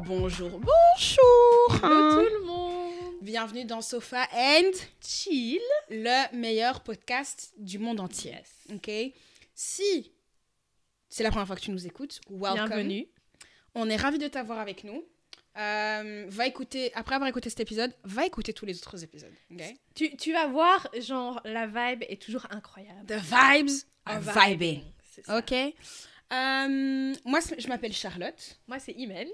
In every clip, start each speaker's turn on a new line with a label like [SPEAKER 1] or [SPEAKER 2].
[SPEAKER 1] Bonjour, bonjour hein.
[SPEAKER 2] tout le monde.
[SPEAKER 1] Bienvenue dans Sofa and
[SPEAKER 2] Chill.
[SPEAKER 1] le meilleur podcast du monde entier.
[SPEAKER 2] Yes.
[SPEAKER 1] Ok Si c'est la première fois que tu nous écoutes, welcome.
[SPEAKER 2] Bienvenue.
[SPEAKER 1] On est ravis de t'avoir avec nous. Euh, va écouter, après avoir écouté cet épisode, va écouter tous les autres épisodes. ok
[SPEAKER 2] Tu, tu vas voir, genre, la vibe est toujours incroyable.
[SPEAKER 1] The vibes
[SPEAKER 2] Un
[SPEAKER 1] are vibing.
[SPEAKER 2] c'est ça.
[SPEAKER 1] Ok Euh, Moi, c'est- je m'appelle Charlotte
[SPEAKER 2] Moi, c'est Imen.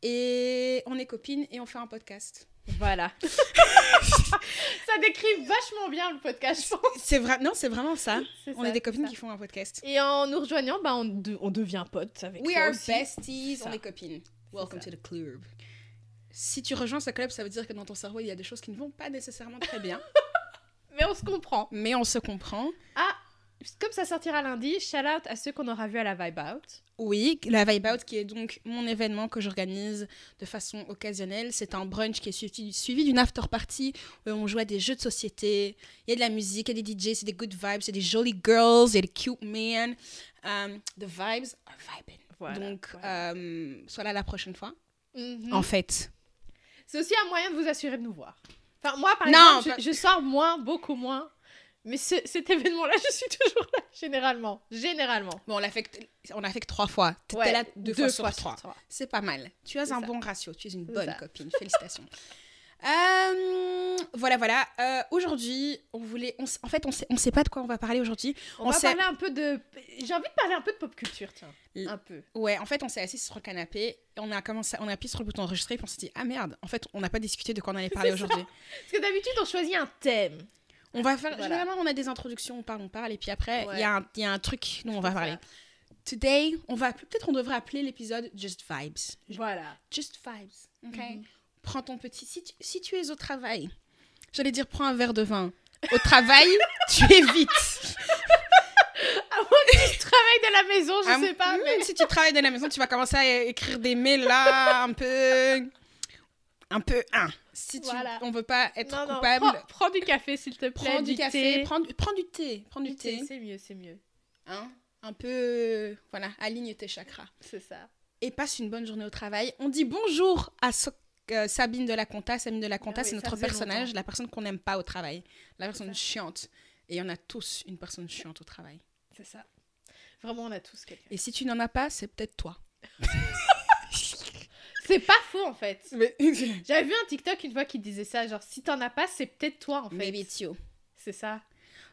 [SPEAKER 1] et on est copines et on fait un podcast.
[SPEAKER 2] Voilà. ça décrit vachement bien le podcast, je pense.
[SPEAKER 1] C'est vrai, non, c'est vraiment ça.
[SPEAKER 2] Oh. C'est
[SPEAKER 1] On
[SPEAKER 2] ça,
[SPEAKER 1] est des copines
[SPEAKER 2] c'est
[SPEAKER 1] qui font un podcast.
[SPEAKER 2] ça. Et en nous rejoignant, bah, on, de- on devient potes avec
[SPEAKER 1] We
[SPEAKER 2] toi
[SPEAKER 1] are
[SPEAKER 2] aussi.
[SPEAKER 1] besties, on
[SPEAKER 2] Ça.
[SPEAKER 1] est copines. Welcome
[SPEAKER 2] ça.
[SPEAKER 1] to the club. Si tu rejoins ce club, ça veut dire que dans ton cerveau, il y a des choses qui ne vont pas nécessairement très bien,
[SPEAKER 2] Mais on se comprend.
[SPEAKER 1] mais on se comprend.
[SPEAKER 2] Comme ça sortira lundi, shout out à ceux qu'on aura vu à la vibe out.
[SPEAKER 1] Oui, la Vibe Out, qui est donc mon événement que j'organise de façon occasionnelle. C'est un brunch qui est suivi, suivi d'une after party où on joue à des jeux de société. Il y a de la musique, il y a des DJ, c'est des good vibes, c'est des jolies girls, il y a des cute men. Um, the vibes are vibing.
[SPEAKER 2] Voilà.
[SPEAKER 1] donc,
[SPEAKER 2] voilà.
[SPEAKER 1] euh, sois là la prochaine fois.
[SPEAKER 2] Mhm.
[SPEAKER 1] En fait.
[SPEAKER 2] C'est aussi un moyen de vous assurer de nous voir. Enfin, moi, par
[SPEAKER 1] Non,
[SPEAKER 2] exemple,
[SPEAKER 1] pas-
[SPEAKER 2] je, je sors moins, beaucoup moins. Mais ce- cet événement-là, je suis toujours là, généralement. Généralement.
[SPEAKER 1] Bon, on l'a fait, que- on l'a fait que trois fois. T'étais
[SPEAKER 2] Ouais,
[SPEAKER 1] là deux, fois, sur trois.
[SPEAKER 2] trois.
[SPEAKER 1] C'est pas mal. Tu as
[SPEAKER 2] C'est
[SPEAKER 1] un
[SPEAKER 2] ça.
[SPEAKER 1] bon ratio. Tu es une
[SPEAKER 2] C'est
[SPEAKER 1] bonne
[SPEAKER 2] ça.
[SPEAKER 1] copine. Félicitations. Euh, voilà, voilà. Euh, aujourd'hui, on voulait. on s- en fait, on sait, on sait pas de quoi on va parler aujourd'hui.
[SPEAKER 2] On,
[SPEAKER 1] On
[SPEAKER 2] va
[SPEAKER 1] sait-
[SPEAKER 2] parler un peu de... J'ai envie de parler un peu de pop culture, tiens.
[SPEAKER 1] L-
[SPEAKER 2] Un peu.
[SPEAKER 1] Ouais, en fait, on s'est assis sur le canapé. et On a commencé, on a appuyé sur le bouton enregistrer. Puis on s'est dit ah merde. En fait, on n'a pas discuté de quoi on allait parler
[SPEAKER 2] ça.
[SPEAKER 1] aujourd'hui.
[SPEAKER 2] Parce que d'habitude, on choisit un thème.
[SPEAKER 1] On va faire.
[SPEAKER 2] Voilà.
[SPEAKER 1] Généralement, on a des introductions. On parle, on parle. Et puis après, il
[SPEAKER 2] Ouais.
[SPEAKER 1] y, a un- il y a un truc dont on va parler. Today, on va peut-être on devrait appeler l'épisode Just Vibes.
[SPEAKER 2] Voilà.
[SPEAKER 1] Just vibes, ok
[SPEAKER 2] Mhm.
[SPEAKER 1] Prends ton petit... Si tu, si tu es au travail, j'allais dire prends un verre de vin. Au travail, tu évites.
[SPEAKER 2] À moins que tu travailles de la maison, je
[SPEAKER 1] Ah,
[SPEAKER 2] sais pas,
[SPEAKER 1] mm,
[SPEAKER 2] mais...
[SPEAKER 1] Si tu travailles de la maison, tu vas commencer à é- écrire des mails là, un peu... Un peu un. Si tu,
[SPEAKER 2] Voilà.
[SPEAKER 1] On veut pas être
[SPEAKER 2] Non, non,
[SPEAKER 1] coupable.
[SPEAKER 2] prends, prends du café, s'il te plaît.
[SPEAKER 1] prends du, café,
[SPEAKER 2] thé.
[SPEAKER 1] prends, du- prends du thé. Prends du,
[SPEAKER 2] Du
[SPEAKER 1] thé.
[SPEAKER 2] thé, c'est mieux, c'est mieux.
[SPEAKER 1] hein. un peu... Voilà, aligne tes chakras.
[SPEAKER 2] C'est ça.
[SPEAKER 1] et passe une bonne journée au travail. On dit bonjour à So- euh, Sabine de la Conta. Sabine de la Conta,
[SPEAKER 2] Ah oui,
[SPEAKER 1] c'est
[SPEAKER 2] ça
[SPEAKER 1] notre
[SPEAKER 2] faisait
[SPEAKER 1] personnage,
[SPEAKER 2] longtemps.
[SPEAKER 1] la personne qu'on n'aime pas au travail, la personne
[SPEAKER 2] ça.
[SPEAKER 1] chiante. Et on a tous une personne chiante au travail.
[SPEAKER 2] C'est ça. Vraiment, on a tous quelqu'un.
[SPEAKER 1] Et si tu n'en as pas, c'est peut-être toi.
[SPEAKER 2] C'est pas faux, en fait.
[SPEAKER 1] Mais...
[SPEAKER 2] J'avais vu un TikTok une fois qui disait ça, genre si t'en as pas, c'est peut-être toi en fait.
[SPEAKER 1] Maybe it's you.
[SPEAKER 2] C'est ça.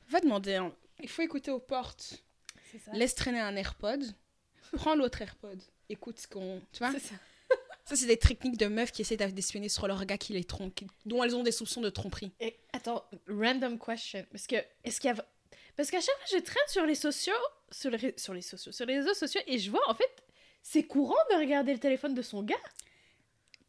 [SPEAKER 1] Va demander. hein. Il faut écouter aux portes.
[SPEAKER 2] C'est ça.
[SPEAKER 1] Laisse traîner un AirPod. Prends l'autre AirPod. Écoute ce qu'on. Tu vois
[SPEAKER 2] C'est ça.
[SPEAKER 1] Ça, c'est des techniques de meufs qui essaient d'espionner sur leur gars qui les trompe, qui- dont elles ont des soupçons de tromperie.
[SPEAKER 2] Et attends, random question. Parce que, est-ce qu'il y a. Parce qu'à chaque fois, je traîne sur les sociaux, sur les, ré- sur les sociaux, sur les réseaux sociaux, et je vois en fait, c'est courant de regarder le téléphone de son gars.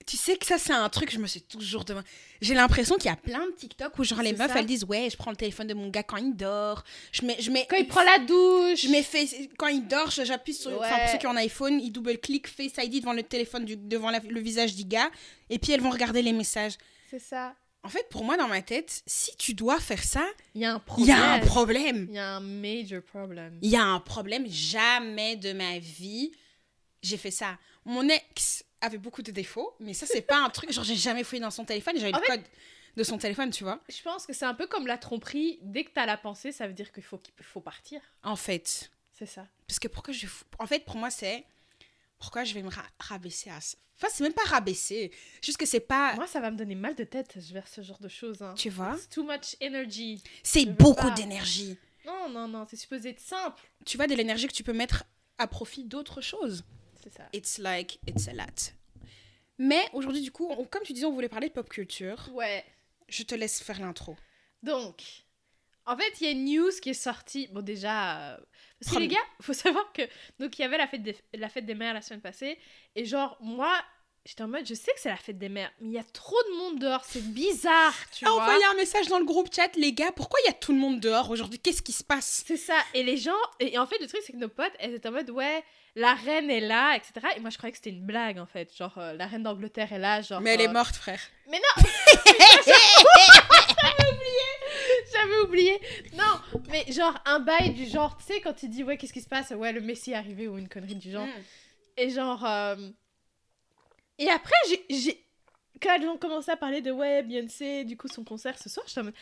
[SPEAKER 1] Tu sais que ça, c'est un truc, je me suis toujours demain. J'ai l'impression qu'il y a plein de TikTok où, genre, les
[SPEAKER 2] C'est
[SPEAKER 1] meufs,
[SPEAKER 2] ça.
[SPEAKER 1] elles disent Ouais, je prends le téléphone de mon gars quand il dort. Je mets. Je mets
[SPEAKER 2] Quand il prend la douche.
[SPEAKER 1] je mets face... Quand il dort, je- j'appuie sur. Enfin, pour
[SPEAKER 2] Ouais.
[SPEAKER 1] ceux qui ont un iPhone, ils double-cliquent Face ID devant le téléphone, du... devant la- le visage du gars. Et puis, elles vont regarder les messages.
[SPEAKER 2] C'est ça.
[SPEAKER 1] En fait, pour moi, dans ma tête, si tu dois faire ça,
[SPEAKER 2] Il y a un
[SPEAKER 1] il
[SPEAKER 2] problème.
[SPEAKER 1] y a un problème.
[SPEAKER 2] Il y a un major problem.
[SPEAKER 1] Il y a un problème. Jamais de ma vie, j'ai fait ça. Mon ex avait beaucoup de défauts, mais ça, c'est pas un truc. Genre, j'ai jamais fouillé dans son téléphone. J'avais
[SPEAKER 2] En
[SPEAKER 1] le code de son téléphone, tu vois.
[SPEAKER 2] Je pense que c'est un peu comme la tromperie. Dès que t'as la pensée, ça veut dire qu'il faut, qu'il faut partir.
[SPEAKER 1] En fait.
[SPEAKER 2] C'est ça.
[SPEAKER 1] Parce que pourquoi je. fous- En fait, pour moi, c'est. Pourquoi je vais me ra- rabaisser à ça Enfin, c'est même pas rabaisser. Juste que c'est pas.
[SPEAKER 2] Moi, ça va me donner mal de tête vers ce genre de choses. hein.
[SPEAKER 1] Tu vois
[SPEAKER 2] It's too much energy.
[SPEAKER 1] C'est
[SPEAKER 2] veux
[SPEAKER 1] beaucoup
[SPEAKER 2] pas.
[SPEAKER 1] d'énergie.
[SPEAKER 2] Non, non, non, c'est supposé être simple.
[SPEAKER 1] Tu vois, de l'énergie que tu peux mettre à profit d'autres choses.
[SPEAKER 2] C'est ça.
[SPEAKER 1] It's like, it's a lot. Mais aujourd'hui, du coup, on- comme tu disais, on voulait parler de pop culture.
[SPEAKER 2] Ouais.
[SPEAKER 1] Je te laisse faire l'intro.
[SPEAKER 2] Donc, en fait, il y a une news qui est sortie. Bon, déjà. euh, Parce que
[SPEAKER 1] Prom-
[SPEAKER 2] les gars, faut savoir que. Donc, il y avait la fête, des... la fête des mères la semaine passée. Et genre, moi, j'étais en mode, je sais que c'est la fête des mères, mais il y a trop de monde dehors. C'est bizarre, tu
[SPEAKER 1] Ah,
[SPEAKER 2] vois.
[SPEAKER 1] envoyez un message dans le groupe chat, les gars. Pourquoi il y a tout le monde dehors aujourd'hui Qu'est-ce qui se passe
[SPEAKER 2] C'est ça. Et les gens. Et et en fait, le truc, c'est que nos potes, elles étaient en mode, ouais, la reine est là, etc. Et moi, je croyais que c'était une blague, en fait. Genre, euh, la reine d'Angleterre est là. Genre,
[SPEAKER 1] Mais elle est
[SPEAKER 2] euh,
[SPEAKER 1] morte, frère.
[SPEAKER 2] J'avais oublié. Non,
[SPEAKER 1] Mm.
[SPEAKER 2] mais genre un bail du genre, tu sais, quand tu dis ouais, qu'est-ce qui se passe Ouais, le Messie est arrivé ou une connerie du genre. Et genre. euh, Et après, j'ai- j'ai. Quand elles ont commencé à parler de ouais, Beyoncé, du coup, son concert ce soir, j'étais en mode.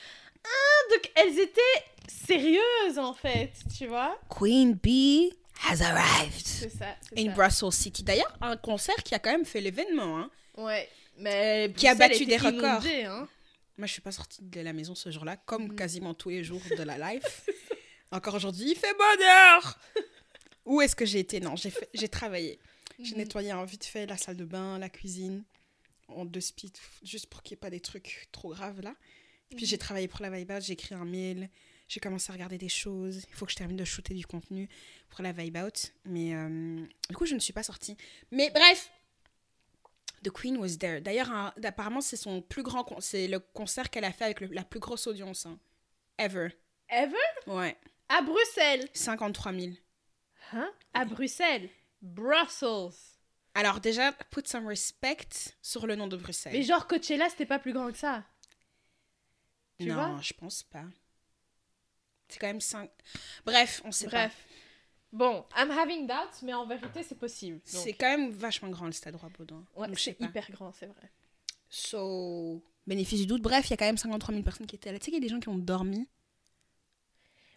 [SPEAKER 2] Ah, donc elles étaient sérieuses en fait, tu vois
[SPEAKER 1] Queen Bee has arrived
[SPEAKER 2] C'est ça. c'est
[SPEAKER 1] in
[SPEAKER 2] ça.
[SPEAKER 1] Brussels City. D'ailleurs, un concert qui a quand même fait l'événement. Hein.
[SPEAKER 2] Ouais. Mais.
[SPEAKER 1] Qui a
[SPEAKER 2] Bruxelles
[SPEAKER 1] battu
[SPEAKER 2] Euh, était
[SPEAKER 1] des records.
[SPEAKER 2] inondée, hein.
[SPEAKER 1] Moi, je suis pas sortie de la maison ce jour-là, comme
[SPEAKER 2] Mhm.
[SPEAKER 1] quasiment tous les jours de la life. Encore aujourd'hui, il fait bonheur Où est-ce que j'ai été Non, j'ai fait- j'ai travaillé. J'ai
[SPEAKER 2] Mhm.
[SPEAKER 1] nettoyé en vite fait la salle de bain, la cuisine, en deux speed, juste pour qu'il n'y ait pas des trucs trop graves là. Et puis
[SPEAKER 2] Mhm.
[SPEAKER 1] j'ai travaillé pour la Vibe Out, j'ai écrit un mail, j'ai commencé à regarder des choses. Il faut que je termine de shooter du contenu pour la Vibe Out. Mais euh, du coup, je ne suis pas sortie. Mais bref, The Queen was there. D'ailleurs, un- apparemment, c'est son plus grand, con- c'est le concert qu'elle a fait avec le- la plus grosse audience hein, ever.
[SPEAKER 2] Ever
[SPEAKER 1] Ouais,
[SPEAKER 2] à Bruxelles.
[SPEAKER 1] 53 000.
[SPEAKER 2] Hein À Bruxelles. Brussels.
[SPEAKER 1] Alors déjà, put some respect sur le nom de Bruxelles.
[SPEAKER 2] Mais genre Coachella, c'était pas plus grand que ça. Tu
[SPEAKER 1] non,
[SPEAKER 2] vois
[SPEAKER 1] je pense pas. C'est quand même 5. Bref, on sait pas.
[SPEAKER 2] Bref. Bon, I'm having doubts, mais en vérité, c'est possible. donc.
[SPEAKER 1] C'est quand même vachement grand le stade roi Baudouin.
[SPEAKER 2] Ouais,
[SPEAKER 1] Donc, je sais
[SPEAKER 2] c'est
[SPEAKER 1] pas.
[SPEAKER 2] hyper grand, c'est vrai.
[SPEAKER 1] So, bénéfice du doute. Bref, il y a quand même 53 000 personnes qui étaient là. Tu sais qu'il y a des gens qui ont dormi.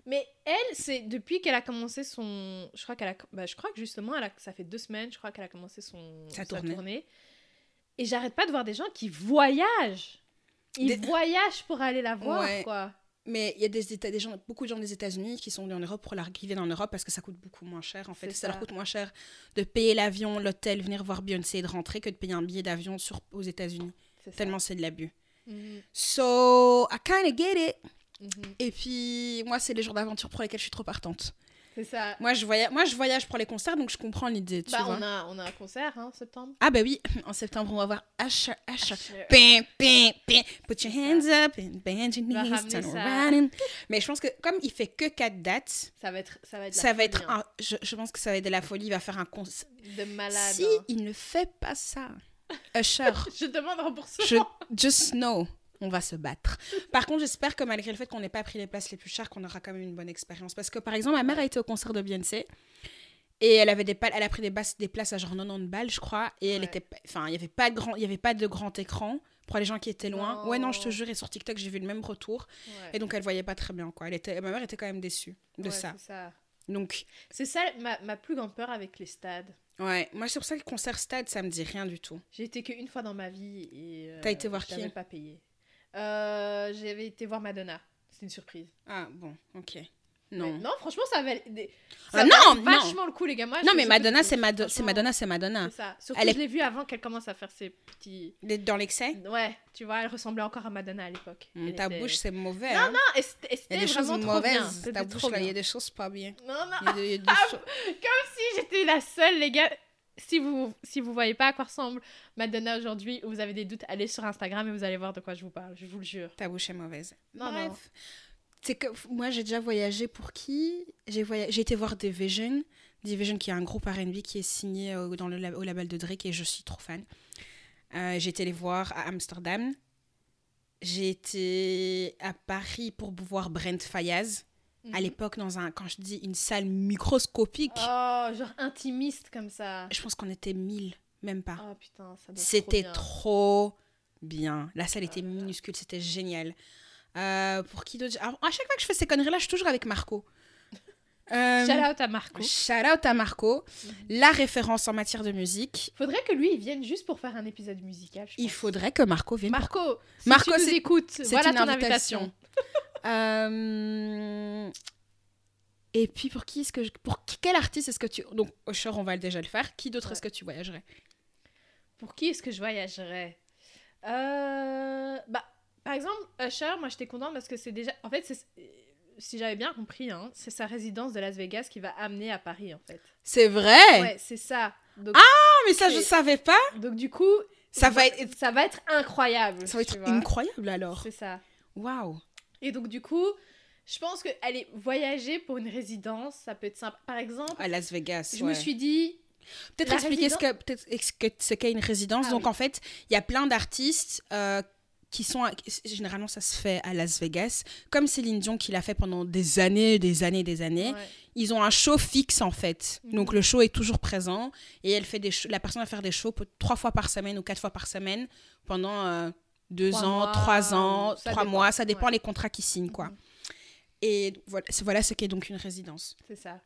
[SPEAKER 2] Mais elle, c'est depuis qu'elle a commencé son. Je crois qu'elle a. Bah, je crois que justement, elle a... ça fait deux semaines, je crois qu'elle a commencé son.
[SPEAKER 1] Sa tournée.
[SPEAKER 2] Et j'arrête pas de voir des gens qui voyagent. Ils
[SPEAKER 1] Des-
[SPEAKER 2] voyagent pour aller la voir,
[SPEAKER 1] Ouais.
[SPEAKER 2] quoi.
[SPEAKER 1] Mais il y a des, États- des gens, beaucoup de gens des États-Unis qui sont venus en Europe pour l'arriver en Europe parce que ça coûte beaucoup moins cher en fait.
[SPEAKER 2] C'est
[SPEAKER 1] Ça. leur
[SPEAKER 2] ça.
[SPEAKER 1] coûte moins cher de payer l'avion, l'hôtel, venir voir Beyoncé et de rentrer que de payer un billet d'avion sur, aux États-Unis.
[SPEAKER 2] C'est ça.
[SPEAKER 1] Tellement c'est de l'abus.
[SPEAKER 2] Mhm,
[SPEAKER 1] So, I kinda get it.
[SPEAKER 2] mhm.
[SPEAKER 1] Et puis, moi, c'est les jours d'aventure pour lesquels je suis trop partante.
[SPEAKER 2] C'est ça.
[SPEAKER 1] Moi je, voyage, moi, je voyage pour les concerts, donc je comprends l'idée, tu
[SPEAKER 2] Bah,
[SPEAKER 1] vois.
[SPEAKER 2] on a, on a un concert, hein, en septembre.
[SPEAKER 1] Ah bah oui, en septembre, on va voir Usher, Usher.
[SPEAKER 2] Je-
[SPEAKER 1] Pin, pin, pin. Put your hands up and bend your
[SPEAKER 2] Va
[SPEAKER 1] knees,
[SPEAKER 2] ramener
[SPEAKER 1] turn
[SPEAKER 2] ça.
[SPEAKER 1] around and- Mais je pense que comme il fait que 4 dates,
[SPEAKER 2] Ça va être. Ça va être, la
[SPEAKER 1] ça va
[SPEAKER 2] folie,
[SPEAKER 1] être...
[SPEAKER 2] hein,
[SPEAKER 1] un- je, je pense que ça va être de la folie, il va faire un concert.
[SPEAKER 2] De malade.
[SPEAKER 1] Si
[SPEAKER 2] hein.
[SPEAKER 1] il ne fait pas ça, Usher,
[SPEAKER 2] Je demande remboursement.
[SPEAKER 1] je just know, on va se battre. Par contre, j'espère que malgré le fait qu'on n'ait pas pris les places les plus chères, qu'on aura quand même une bonne expérience. Parce que par exemple, ma mère a été au concert de Beyoncé et elle avait des pal- elle a pris des, bas- des places à genre 90 balles, je crois, et elle
[SPEAKER 2] Ouais.
[SPEAKER 1] était, pa- enfin, il y avait pas de grand, il y avait pas de grand écran pour les gens qui étaient loin. Ouais, non, je te
[SPEAKER 2] Non.
[SPEAKER 1] jure, et sur TikTok, j'ai vu le même retour.
[SPEAKER 2] Ouais.
[SPEAKER 1] Et donc, elle voyait pas très bien quoi. Elle était, ma mère était quand même déçue de
[SPEAKER 2] Ouais,
[SPEAKER 1] ça.
[SPEAKER 2] c'est ça.
[SPEAKER 1] Donc,
[SPEAKER 2] C'est ça ma, ma plus grande peur avec les stades.
[SPEAKER 1] ouais, moi c'est pour ça que concert stade, ça me dit rien du tout.
[SPEAKER 2] J'ai été qu'une fois dans ma vie et. euh,
[SPEAKER 1] T'as été voir
[SPEAKER 2] je
[SPEAKER 1] qui
[SPEAKER 2] l'avais pas payé. Euh, J'avais été voir Madonna. C'est une surprise.
[SPEAKER 1] Ah bon, ok,
[SPEAKER 2] Mais
[SPEAKER 1] non.
[SPEAKER 2] non, franchement, ça valait. des-
[SPEAKER 1] Ah,
[SPEAKER 2] Ça
[SPEAKER 1] non,
[SPEAKER 2] valait
[SPEAKER 1] non.
[SPEAKER 2] vachement le coup, les gars. Moi,
[SPEAKER 1] Non
[SPEAKER 2] je-
[SPEAKER 1] mais
[SPEAKER 2] surtout-
[SPEAKER 1] Madonna, c'est Mado- c'est
[SPEAKER 2] franchement,
[SPEAKER 1] Madonna, c'est Madonna.
[SPEAKER 2] C'est ça. Surtout,
[SPEAKER 1] Elle est-
[SPEAKER 2] je l'ai vue avant qu'elle commence à faire ses petits.
[SPEAKER 1] D'être dans l'excès
[SPEAKER 2] Ouais, tu vois, elle ressemblait encore à Madonna à l'époque.
[SPEAKER 1] Mm,
[SPEAKER 2] Elle
[SPEAKER 1] Ta
[SPEAKER 2] était-
[SPEAKER 1] bouche, c'est mauvais.
[SPEAKER 2] Non,
[SPEAKER 1] hein.
[SPEAKER 2] non, et c'était
[SPEAKER 1] Il y a
[SPEAKER 2] c'était
[SPEAKER 1] des choses
[SPEAKER 2] vraiment trop bien.
[SPEAKER 1] mauvaises.
[SPEAKER 2] C'était
[SPEAKER 1] Ta
[SPEAKER 2] trop
[SPEAKER 1] bouche, là, il y
[SPEAKER 2] bien.
[SPEAKER 1] a des choses pas bien.
[SPEAKER 2] Non, non.
[SPEAKER 1] Il y a des- il y a des choses-
[SPEAKER 2] si j'étais la seule, les gars. Si vous si vous voyez pas à quoi ressemble Madonna aujourd'hui ou vous avez des doutes, allez sur Instagram et vous allez voir de quoi je vous parle, je vous le jure.
[SPEAKER 1] Ta bouche est mauvaise.
[SPEAKER 2] Non, non.
[SPEAKER 1] Bref. C'est que f- moi, j'ai déjà voyagé pour qui J'ai voya- j'ai été voir Division. Division, qui est un groupe RB qui est signé au, dans le lab- au label de Drake et je suis trop fan. Euh, j'ai été les voir à Amsterdam. J'ai été à Paris pour voir Brent Fayaz.
[SPEAKER 2] Mm-hmm.
[SPEAKER 1] À l'époque, dans un, quand je dis une salle microscopique,
[SPEAKER 2] Oh, genre intimiste comme ça.
[SPEAKER 1] je pense qu'on était 1000, même pas.
[SPEAKER 2] Oh putain, ça doit être
[SPEAKER 1] C'était
[SPEAKER 2] trop. bien.
[SPEAKER 1] trop bien. La salle était
[SPEAKER 2] Ah là là.
[SPEAKER 1] minuscule, c'était génial. Euh, pour qui d'autre Alors, À chaque fois que je fais ces conneries-là, je suis toujours avec Marco. Euh,
[SPEAKER 2] Shout out à Marco. Mhm.
[SPEAKER 1] shout out à Marco, la référence en matière de musique.
[SPEAKER 2] Faudrait que lui il vienne juste pour faire un épisode musical. je
[SPEAKER 1] Il
[SPEAKER 2] pense.
[SPEAKER 1] faudrait que Marco vienne.
[SPEAKER 2] Marco, si
[SPEAKER 1] Marco,
[SPEAKER 2] tu nous
[SPEAKER 1] c'est-
[SPEAKER 2] écoutes,
[SPEAKER 1] C'est
[SPEAKER 2] voilà
[SPEAKER 1] une
[SPEAKER 2] ton
[SPEAKER 1] invitation.
[SPEAKER 2] invitation.
[SPEAKER 1] Euh, Et puis pour qui est-ce que je- pour qui- quel artiste est-ce que tu donc Usher on va déjà le faire. Qui d'autre
[SPEAKER 2] Ouais.
[SPEAKER 1] est-ce que tu voyagerais
[SPEAKER 2] Pour qui est-ce que je voyagerais Euh, bah, Par exemple, Usher, moi j'étais contente parce que c'est déjà. En fait, c'est- si j'avais bien compris, hein, c'est sa résidence de Las Vegas qui va amener à Paris en fait.
[SPEAKER 1] C'est vrai.
[SPEAKER 2] Ouais, c'est ça. Donc,
[SPEAKER 1] Ah mais ça je
[SPEAKER 2] Et-
[SPEAKER 1] savais pas.
[SPEAKER 2] donc du coup,
[SPEAKER 1] Ah! Ça va
[SPEAKER 2] moi,
[SPEAKER 1] être
[SPEAKER 2] ça va être incroyable.
[SPEAKER 1] ça va
[SPEAKER 2] tu
[SPEAKER 1] être
[SPEAKER 2] vois.
[SPEAKER 1] incroyable alors.
[SPEAKER 2] C'est ça.
[SPEAKER 1] Waouh.
[SPEAKER 2] Et donc du coup, je pense que aller voyager pour une résidence, ça peut être sympa. Par exemple,
[SPEAKER 1] À Las Vegas.
[SPEAKER 2] je me
[SPEAKER 1] ouais.
[SPEAKER 2] suis dit,
[SPEAKER 1] Peut-être
[SPEAKER 2] la
[SPEAKER 1] expliquer ce
[SPEAKER 2] résidence-
[SPEAKER 1] que- peut-être ex- que- ce qu'est une résidence.
[SPEAKER 2] Ah
[SPEAKER 1] Donc
[SPEAKER 2] oui.
[SPEAKER 1] en fait, il y a plein d'artistes euh, qui sont à- généralement ça se fait à Las Vegas comme Céline Dion qui l'a fait pendant des années des années des années
[SPEAKER 2] Ouais.
[SPEAKER 1] ils ont un show fixe en fait
[SPEAKER 2] Mhm.
[SPEAKER 1] donc le show est toujours présent et elle fait des shows- la personne va faire des shows peut- trois fois par semaine ou quatre fois par semaine pendant euh, deux
[SPEAKER 2] Trois
[SPEAKER 1] ans
[SPEAKER 2] mois,
[SPEAKER 1] trois ans
[SPEAKER 2] ça
[SPEAKER 1] trois
[SPEAKER 2] dépend.
[SPEAKER 1] mois ça dépend
[SPEAKER 2] Ouais. Mhm.
[SPEAKER 1] les contrats qu'ils signent quoi et voilà, c'est- voilà ce qu'est donc une résidence
[SPEAKER 2] C'est ça.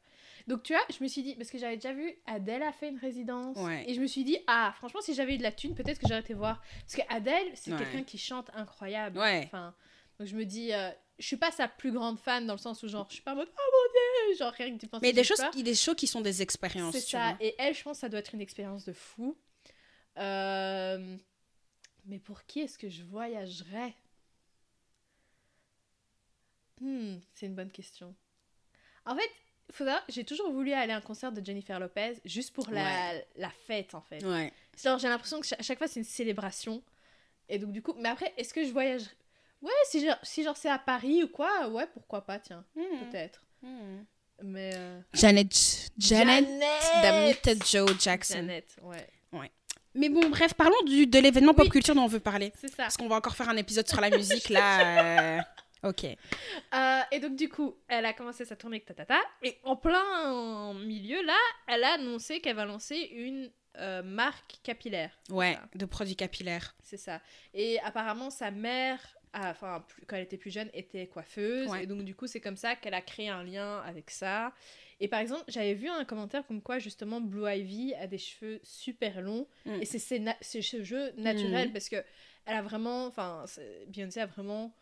[SPEAKER 2] Donc tu vois, je me suis dit, parce que j'avais déjà vu, Adèle a fait une résidence.
[SPEAKER 1] Ouais.
[SPEAKER 2] Et je me suis dit, ah, franchement, si j'avais eu de la thune, peut-être que j'aurais été voir. Parce que Adèle, c'est
[SPEAKER 1] Ouais.
[SPEAKER 2] quelqu'un qui chante incroyable.
[SPEAKER 1] ouais
[SPEAKER 2] Enfin, donc je me dis, euh, je suis pas sa plus grande fan dans le sens où, genre, je suis pas en mode, oh mon dieu, genre, rien que tu penses.
[SPEAKER 1] mais des choses qui- des shows qui sont des expériences
[SPEAKER 2] C'est
[SPEAKER 1] tu
[SPEAKER 2] ça.
[SPEAKER 1] vois.
[SPEAKER 2] Et elle, je pense, que ça doit être une expérience de fou. Euh, Mais pour qui est-ce que je voyagerais Hmm, C'est une bonne question. En fait, faudra... j'ai toujours voulu aller à un concert de Jennifer Lopez juste pour la, la fête, en fait.
[SPEAKER 1] ouais
[SPEAKER 2] Genre, j'ai l'impression que cha- à chaque fois, c'est une célébration. Et donc, du coup, mais après, est-ce que je voyagerais Ouais, si genre, si genre c'est à Paris ou quoi, ouais, pourquoi pas, tiens,
[SPEAKER 1] Hmm.
[SPEAKER 2] peut-être. Mais. euh,
[SPEAKER 1] Janet Janet Damita Joe Jackson
[SPEAKER 2] Janet, ouais.
[SPEAKER 1] mais bon bref parlons du, de l'événement pop
[SPEAKER 2] Oui.
[SPEAKER 1] culture dont on veut parler
[SPEAKER 2] C'est ça.
[SPEAKER 1] parce qu'on va encore faire un épisode sur la musique là euh, ok
[SPEAKER 2] Euh, et donc, du coup, elle a commencé sa tournée avec Tatata. Et en plein milieu, là, elle a annoncé qu'elle va lancer une euh, marque capillaire.
[SPEAKER 1] ouais
[SPEAKER 2] Voilà.
[SPEAKER 1] de produits capillaires
[SPEAKER 2] C'est ça. Et apparemment, sa mère, ah, enfin, plus- quand elle était plus jeune, était coiffeuse.
[SPEAKER 1] Ouais.
[SPEAKER 2] Et donc, du coup, c'est comme ça qu'elle a créé un lien avec ça. Et par exemple, j'avais vu un commentaire comme quoi, justement, Blue Ivy a des cheveux super longs.
[SPEAKER 1] Mm.
[SPEAKER 2] Et c'est ses, na- ses cheveux naturels parce que elle a vraiment, enfin, c'est- Beyoncé a vraiment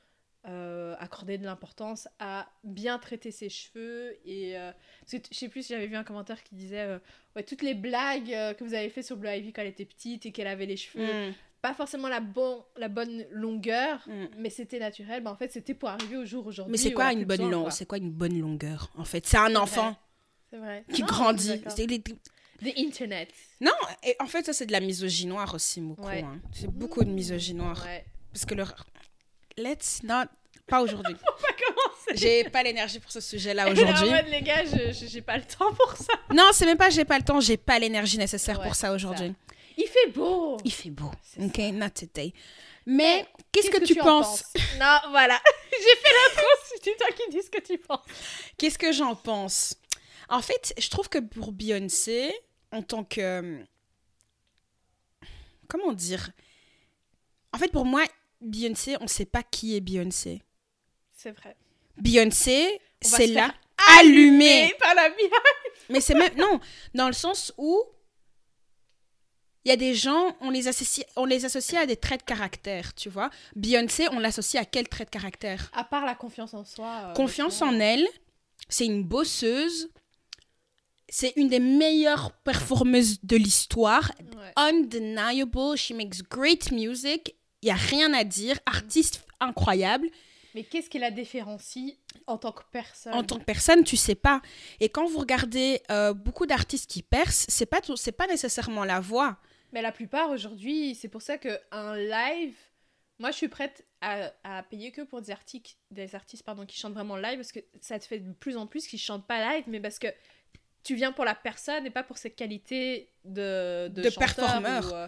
[SPEAKER 2] euh, accordé de l'importance à bien traiter ses cheveux. Et euh, parce que t- je sais plus si j'avais vu un commentaire qui disait euh, ouais, toutes les blagues euh, que vous avez fait sur Blue Ivy quand elle était petite et qu'elle avait les cheveux
[SPEAKER 1] Mm.
[SPEAKER 2] pas forcément la, bon, la bonne longueur,
[SPEAKER 1] Mm.
[SPEAKER 2] mais c'était naturel. Bah, en fait, c'était pour arriver au jour aujourd'hui.
[SPEAKER 1] mais c'est
[SPEAKER 2] où
[SPEAKER 1] quoi
[SPEAKER 2] elle
[SPEAKER 1] une
[SPEAKER 2] a plus
[SPEAKER 1] bonne
[SPEAKER 2] besoin,
[SPEAKER 1] longueur
[SPEAKER 2] quoi.
[SPEAKER 1] c'est quoi une bonne longueur en fait c'est un enfant
[SPEAKER 2] C'est vrai.
[SPEAKER 1] qui
[SPEAKER 2] Non, je suis
[SPEAKER 1] grandit
[SPEAKER 2] d'accord.
[SPEAKER 1] C'est les-
[SPEAKER 2] The Internet.
[SPEAKER 1] non et en fait ça c'est de la misogynoire aussi beaucoup
[SPEAKER 2] Ouais.
[SPEAKER 1] hein. c'est beaucoup de
[SPEAKER 2] Mmh.
[SPEAKER 1] misogynoire
[SPEAKER 2] Ouais.
[SPEAKER 1] parce que leur let's not pas aujourd'hui j'ai pas l'énergie pour ce sujet là
[SPEAKER 2] Elle est
[SPEAKER 1] aujourd'hui
[SPEAKER 2] en mode, Ah les gars, je- je- j'ai pas le temps pour ça.
[SPEAKER 1] Non, c'est même pas j'ai pas le temps, j'ai pas l'énergie nécessaire
[SPEAKER 2] Ouais,
[SPEAKER 1] pour ça aujourd'hui.
[SPEAKER 2] Il fait beau.
[SPEAKER 1] Il fait beau.
[SPEAKER 2] C'est Eh,
[SPEAKER 1] OK, not today.
[SPEAKER 2] Mais
[SPEAKER 1] Mais qu'est-ce que, tu penses
[SPEAKER 2] Non, voilà. J'ai fait l'intro, c'est toi qui dis ce que tu penses.
[SPEAKER 1] Qu'est-ce que j'en pense En fait, je trouve que pour Beyoncé, en tant que comment dire En fait, pour moi, Beyoncé, on sait pas qui est Beyoncé.
[SPEAKER 2] C'est vrai.
[SPEAKER 1] Beyoncé,
[SPEAKER 2] On va
[SPEAKER 1] c'est
[SPEAKER 2] se
[SPEAKER 1] là
[SPEAKER 2] faire
[SPEAKER 1] allumé.
[SPEAKER 2] Et par la mienne.
[SPEAKER 1] Mais c'est même. Non, dans le sens où. Il y a des gens, on les, associe, on les associe à des traits de caractère, tu vois. Beyoncé, on l'associe à quel trait de caractère
[SPEAKER 2] À part la confiance en soi. euh,
[SPEAKER 1] Confiance
[SPEAKER 2] honnêtement.
[SPEAKER 1] en elle, c'est une bosseuse, c'est une des meilleures performeuses de l'histoire.
[SPEAKER 2] Ouais.
[SPEAKER 1] Undeniable, she makes great music, il n'y a rien à dire, artiste incroyable.
[SPEAKER 2] Mais qu'est-ce qui la différencie en tant que personne
[SPEAKER 1] en tant que personne, tu sais pas. Et quand vous regardez euh, beaucoup d'artistes qui percent, c'est pas tout- c'est pas nécessairement la voix.
[SPEAKER 2] Mais la plupart aujourd'hui, c'est pour ça que un live, moi je suis prête à, à payer que pour des artistes, des artistes pardon, qui chantent vraiment live parce que ça te fait de plus en plus qu'ils chantent pas live, mais parce que tu viens pour la personne et pas pour ses qualités de de,
[SPEAKER 1] De
[SPEAKER 2] chanteur
[SPEAKER 1] performeur.
[SPEAKER 2] ou, euh,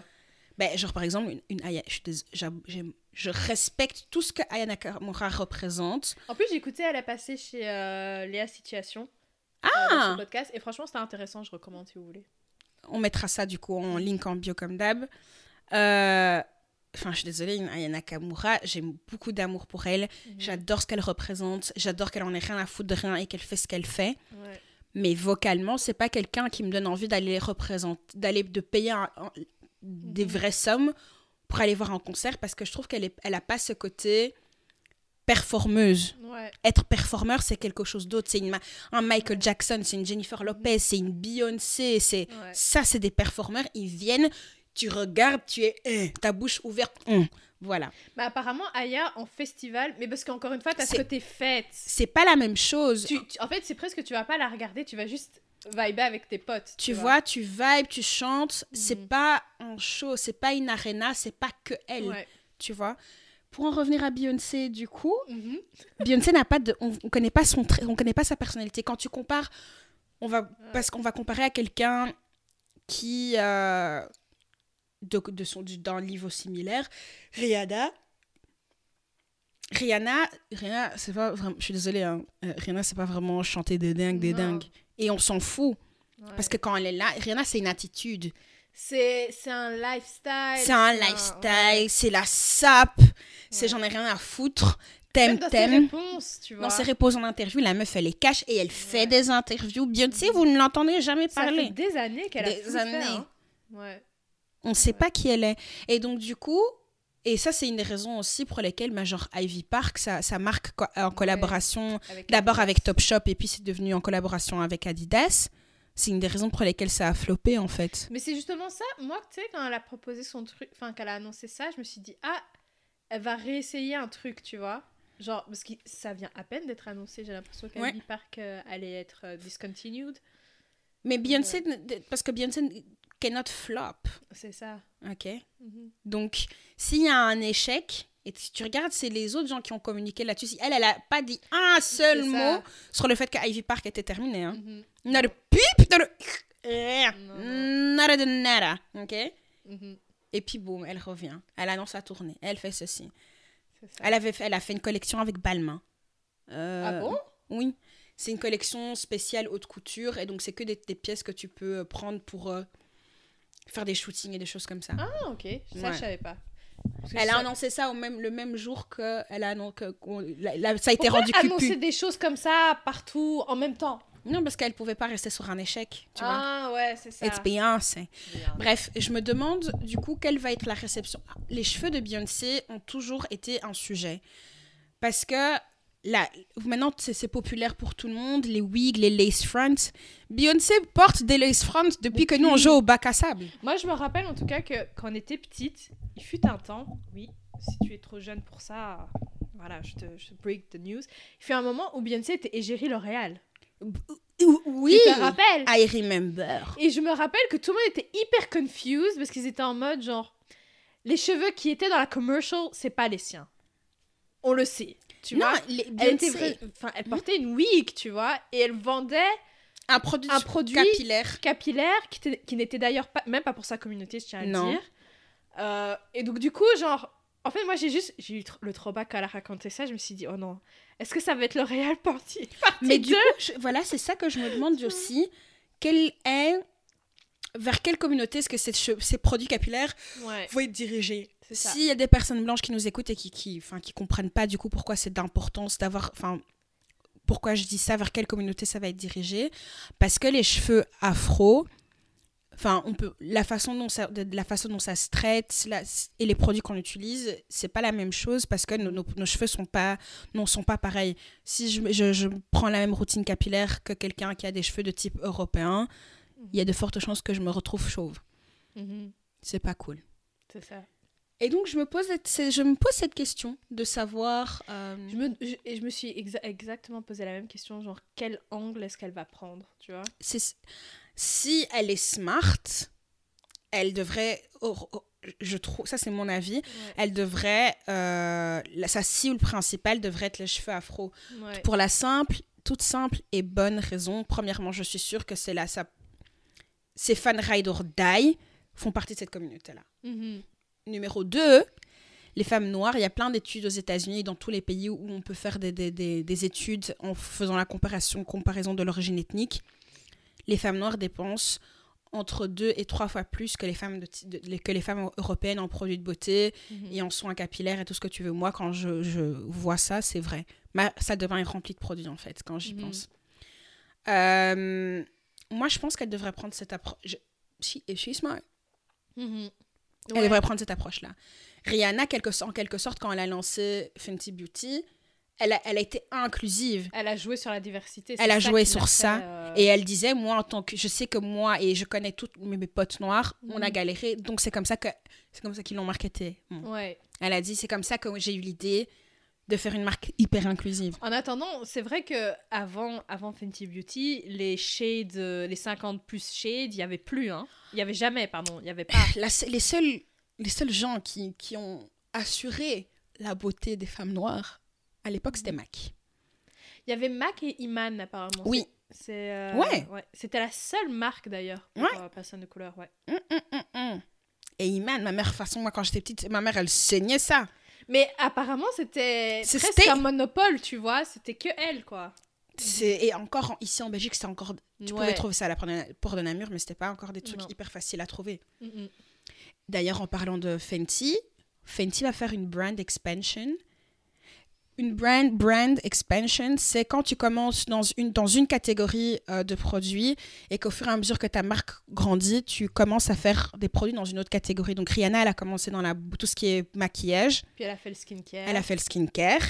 [SPEAKER 1] Ben, genre par exemple une, une Aya- je, suis dés- j'ab- j'aime- je respecte tout ce que Aya Nakamura représente.
[SPEAKER 2] En plus, j'écoutais, elle a passé chez euh, Léa Situation. Ah
[SPEAKER 1] Ah
[SPEAKER 2] podcast et franchement c'était intéressant je recommande si vous voulez
[SPEAKER 1] On mettra ça du coup en link en bio comme d'hab. Euh, Enfin, je suis désolée, une Aya Nakamura, j'ai beaucoup d'amour pour elle. J'adore ce qu'elle représente. J'adore qu'elle en ait rien à foutre de rien et qu'elle fait ce qu'elle fait.
[SPEAKER 2] Ouais.
[SPEAKER 1] mais vocalement c'est pas quelqu'un qui me donne envie d'aller représenter d'aller de payer un- un- des
[SPEAKER 2] Mhm.
[SPEAKER 1] vraies sommes pour aller voir un concert parce que je trouve qu'elle est, elle a pas ce côté performeuse
[SPEAKER 2] ouais
[SPEAKER 1] être performeur c'est quelque chose d'autre c'est une ma- un Michael Jackson c'est une Jennifer Lopez c'est une Beyoncé c'est
[SPEAKER 2] ouais
[SPEAKER 1] ça c'est des performeurs ils viennent tu regardes tu es euh, ta bouche ouverte euh, voilà
[SPEAKER 2] mais apparemment Aya en festival mais parce qu'encore une fois t'as ce
[SPEAKER 1] C'est-
[SPEAKER 2] côté fête
[SPEAKER 1] c'est pas la même chose
[SPEAKER 2] Tu- tu- en fait, c'est presque tu vas pas la regarder, tu vas juste viber avec tes potes.
[SPEAKER 1] Tu vois, tu vibes, tu chantes, c'est
[SPEAKER 2] Mhm.
[SPEAKER 1] pas un show, c'est pas une arena, c'est pas que elle,
[SPEAKER 2] Ouais.
[SPEAKER 1] tu vois. Pour en revenir à Beyoncé, du coup,
[SPEAKER 2] Mhm.
[SPEAKER 1] Beyoncé n'a pas de, on, on connaît pas son, trait- on connaît pas sa personnalité. Quand tu compares, on va, parce qu'on va comparer à quelqu'un qui, euh, de, de son, du- d'un livre similaire, Rihanna, Rihanna, Rihanna, c'est pas vraiment. Je suis désolée, hein, euh, Rihanna, c'est pas vraiment chanter des dingues, des
[SPEAKER 2] Non.
[SPEAKER 1] dingues. Et on s'en fout.
[SPEAKER 2] Ouais.
[SPEAKER 1] Parce que quand elle est là, Rihanna, c'est une attitude.
[SPEAKER 2] c'est c'est un lifestyle.
[SPEAKER 1] C'est un
[SPEAKER 2] ouais.
[SPEAKER 1] lifestyle, c'est la sape, c'est
[SPEAKER 2] Ouais.
[SPEAKER 1] j'en ai rien à foutre. T'aimes,
[SPEAKER 2] Même dans ses
[SPEAKER 1] t'aimes.
[SPEAKER 2] réponses, tu vois.
[SPEAKER 1] Dans ses réponses en interview, la meuf, elle les cache et elle fait
[SPEAKER 2] Ouais.
[SPEAKER 1] des interviews. Beyoncé, vous ne l'entendez jamais
[SPEAKER 2] Ça fait
[SPEAKER 1] parler.
[SPEAKER 2] des années qu'elle a
[SPEAKER 1] Des
[SPEAKER 2] tout fait,
[SPEAKER 1] années.
[SPEAKER 2] hein. Ouais.
[SPEAKER 1] On ne sait pas qui elle est. Et donc, du coup, et ça, c'est une des raisons aussi pour lesquelles, bah, genre, Ivy Park, ça, ça marque co- en collaboration
[SPEAKER 2] avec
[SPEAKER 1] d'abord
[SPEAKER 2] Adidas.
[SPEAKER 1] avec Topshop et puis c'est devenu en collaboration avec Adidas. C'est une des raisons pour lesquelles ça a floppé, en fait.
[SPEAKER 2] Mais c'est justement ça, moi, tu sais, quand elle a proposé son truc, enfin, qu'elle a annoncé ça, je me suis dit, ah, elle va réessayer un truc, tu vois. Genre, parce que ça vient à peine d'être annoncé, j'ai l'impression
[SPEAKER 1] Ouais.
[SPEAKER 2] qu'Abby Park euh, allait être euh, discontinued.
[SPEAKER 1] Mais Beyoncé, ne- parce que Beyoncé cannot flop,
[SPEAKER 2] C'est ça.
[SPEAKER 1] ok
[SPEAKER 2] Mhm.
[SPEAKER 1] Donc, s'il y a un échec, et si tu regardes, c'est les autres gens qui ont communiqué là-dessus. Si Elle, elle a pas dit un seul
[SPEAKER 2] C'est
[SPEAKER 1] mot
[SPEAKER 2] ça.
[SPEAKER 1] sur le fait que Ivy Park était terminée. Hein.
[SPEAKER 2] Mhm.
[SPEAKER 1] Not a peep, not a... Rien.
[SPEAKER 2] Non,
[SPEAKER 1] Nada de nada, ok
[SPEAKER 2] Mhm.
[SPEAKER 1] Et puis, boum, elle revient. Elle annonce sa tournée. Elle fait ceci.
[SPEAKER 2] C'est ça.
[SPEAKER 1] Elle, avait fait- elle a fait une collection avec Balmain. Euh,
[SPEAKER 2] Ah bon
[SPEAKER 1] Oui. C'est une collection spéciale haute couture. Et donc, c'est que des, des pièces que tu peux euh, prendre pour euh, faire des shootings et des choses comme ça.
[SPEAKER 2] Ah, ok. Ça,
[SPEAKER 1] Ouais.
[SPEAKER 2] je savais pas. Parce que
[SPEAKER 1] Elle
[SPEAKER 2] ça-
[SPEAKER 1] a annoncé ça au même, le même jour que, elle a annon- que- qu'on- la- la- ça a été
[SPEAKER 2] Pourquoi
[SPEAKER 1] rendu
[SPEAKER 2] annoncer
[SPEAKER 1] cupu.
[SPEAKER 2] des choses comme ça partout en même temps
[SPEAKER 1] Non, parce qu'elle pouvait pas rester sur un échec, tu vois.
[SPEAKER 2] Ah, ouais, c'est ça.
[SPEAKER 1] It's Beyoncé.
[SPEAKER 2] Bien.
[SPEAKER 1] Bref, je me demande du coup quelle va être la réception. Ah, Les cheveux de Beyoncé ont toujours été un sujet. Parce que là, maintenant c'est c'est populaire pour tout le monde, les wigs, les lace fronts. Beyoncé porte des lace fronts depuis, que nous on
[SPEAKER 2] Depuis.
[SPEAKER 1] joue au bac à sable.
[SPEAKER 2] Moi, je me rappelle en tout cas que quand on était petite, il fut un temps, oui, si tu es trop jeune pour ça, voilà, je te, je te break the news. Il fut un moment où Beyoncé était égérie L'Oréal.
[SPEAKER 1] Oui, Ah.
[SPEAKER 2] Tu te rappelles
[SPEAKER 1] I remember.
[SPEAKER 2] Et je me rappelle que tout le monde était hyper confused parce qu'ils étaient en mode genre, les cheveux qui étaient dans la commercial, c'est pas les siens. On le sait, tu
[SPEAKER 1] non,
[SPEAKER 2] vois.
[SPEAKER 1] les-
[SPEAKER 2] Elle, était
[SPEAKER 1] Beyoncé,
[SPEAKER 2] vra- enfin, elle portait une wig, tu vois, et elle vendait
[SPEAKER 1] un produit,
[SPEAKER 2] un produit
[SPEAKER 1] capillaire.
[SPEAKER 2] capillaire qui, était- qui n'était d'ailleurs pas, même pas pour sa communauté, je tiens à le
[SPEAKER 1] Non.
[SPEAKER 2] dire. Euh, et donc, du coup, genre, en fait, moi, j'ai juste, j'ai eu tr- le throwback quand elle a raconté ça, je me suis dit, oh non, est-ce que ça va être L'Oréal parti
[SPEAKER 1] Mais
[SPEAKER 2] Partie
[SPEAKER 1] du
[SPEAKER 2] deux
[SPEAKER 1] coup, je- voilà, c'est ça que je me demande aussi. Quelle est, vers quelle communauté est-ce que ces, che- ces produits capillaires
[SPEAKER 2] Ouais,
[SPEAKER 1] vont être dirigés
[SPEAKER 2] c'est ça.
[SPEAKER 1] S'il y a des personnes blanches qui nous écoutent et qui, qui, enfin, qui comprennent pas du coup pourquoi c'est d'importance d'avoir, enfin, pourquoi je dis ça, vers quelle communauté ça va être dirigé Parce que les cheveux afro, enfin, on peut, la façon dont ça, de- de la façon dont ça se traite la- et les produits qu'on utilise, c'est pas la même chose parce que nos, nos- nos cheveux sont pas, non, sont pas pareils. Si je, je- je prends la même routine capillaire que quelqu'un qui a des cheveux de type européen, il y a de fortes chances que je me retrouve chauve.
[SPEAKER 2] Mhm,
[SPEAKER 1] C'est pas cool.
[SPEAKER 2] c'est ça.
[SPEAKER 1] Et donc, je me pose cette, c'est- je me pose cette question de savoir. euh,
[SPEAKER 2] Je me, je- et je me suis exa- exactement posé la même question, genre, quel angle est-ce qu'elle va prendre, tu vois
[SPEAKER 1] c'est- si elle est smart, elle devrait. oh, oh, je trouve, ça c'est mon avis. Elle devrait. euh, la- sa cible principale devrait être les cheveux afro.
[SPEAKER 2] Ouais.
[SPEAKER 1] Pour la simple, toute simple et bonne raison. Premièrement, je suis sûre que c'est là. Ça, ces fans ride or die font partie de cette communauté-là.
[SPEAKER 2] Mhm,
[SPEAKER 1] Numéro 2, les femmes noires. Il y a plein d'études aux États-Unis et dans tous les pays où on peut faire des, des- des- des études en faisant la comparaison, comparaison de l'origine ethnique. Les femmes noires dépensent entre deux et trois fois plus que les femmes, de ti- de- les- que les femmes européennes en produits de beauté
[SPEAKER 2] mhm.
[SPEAKER 1] et en soins capillaires et tout ce que tu veux. Moi, quand je, je vois ça, c'est vrai. Ma salle de bain est remplie de produits, en fait, quand j'y
[SPEAKER 2] Mhm.
[SPEAKER 1] pense. Euh, moi, je pense qu'elle devrait prendre cette approche. Je- She, if she's smart.
[SPEAKER 2] Mhm.
[SPEAKER 1] Elle
[SPEAKER 2] Ouais.
[SPEAKER 1] devrait prendre cette approche-là. Rihanna, quelque, en quelque sorte, quand elle a lancé Fenty Beauty, elle a, elle a été inclusive.
[SPEAKER 2] Elle a joué sur la diversité.
[SPEAKER 1] Elle
[SPEAKER 2] c'est
[SPEAKER 1] a
[SPEAKER 2] ça
[SPEAKER 1] joué
[SPEAKER 2] qui
[SPEAKER 1] sur
[SPEAKER 2] l'a
[SPEAKER 1] ça,
[SPEAKER 2] fait, euh,
[SPEAKER 1] Et elle disait, moi, en tant que... Je sais que moi, et je connais toutes mes, mes potes noirs, on a
[SPEAKER 2] Mhm.
[SPEAKER 1] galéré, donc c'est comme ça que... C'est comme ça qu'ils l'ont marketé. Bon.
[SPEAKER 2] Ouais.
[SPEAKER 1] Elle a dit, c'est comme ça que j'ai eu l'idée de faire une marque hyper inclusive.
[SPEAKER 2] En attendant, c'est vrai que avant, avant Fenty Beauty, les shades, euh, les 50 plus shades, il y avait plus, hein. Il y avait jamais, pardon, il y avait pas.
[SPEAKER 1] La se- les, seuls, les seuls gens qui, qui ont assuré la beauté des femmes noires, à l'époque,
[SPEAKER 2] Mm.
[SPEAKER 1] c'était Mac.
[SPEAKER 2] Il y avait Mac et Iman apparemment.
[SPEAKER 1] Oui.
[SPEAKER 2] C'est. c'est, euh,
[SPEAKER 1] Ouais.
[SPEAKER 2] C'était la seule marque d'ailleurs pour
[SPEAKER 1] Ouais.
[SPEAKER 2] euh, personne de couleur, ouais. Mhm.
[SPEAKER 1] Hum, hum, hum, hum. Et Iman, ma mère, de toute façon, moi, quand j'étais petite, ma mère, elle saignait ça.
[SPEAKER 2] Mais apparemment, c'était
[SPEAKER 1] C'est-
[SPEAKER 2] presque
[SPEAKER 1] c'était-
[SPEAKER 2] un monopole, tu vois. C'était que elle, quoi.
[SPEAKER 1] C'est- Et encore en- ici en Belgique, c'était encore. Tu
[SPEAKER 2] Ouais.
[SPEAKER 1] pouvais trouver ça à la porte de- porte de Namur, mais c'était pas encore des trucs
[SPEAKER 2] Non.
[SPEAKER 1] hyper faciles à trouver.
[SPEAKER 2] Mm, mm.
[SPEAKER 1] D'ailleurs, en parlant de Fenty, Fenty va faire une brand expansion. Une brand, brand expansion, c'est quand tu commences dans une, dans une catégorie euh, de produits et qu'au fur et à mesure que ta marque grandit, tu commences à faire des produits dans une autre catégorie. Donc Rihanna, elle a commencé dans la, tout ce qui est maquillage,
[SPEAKER 2] Puis elle a fait le skincare.
[SPEAKER 1] elle a fait le skincare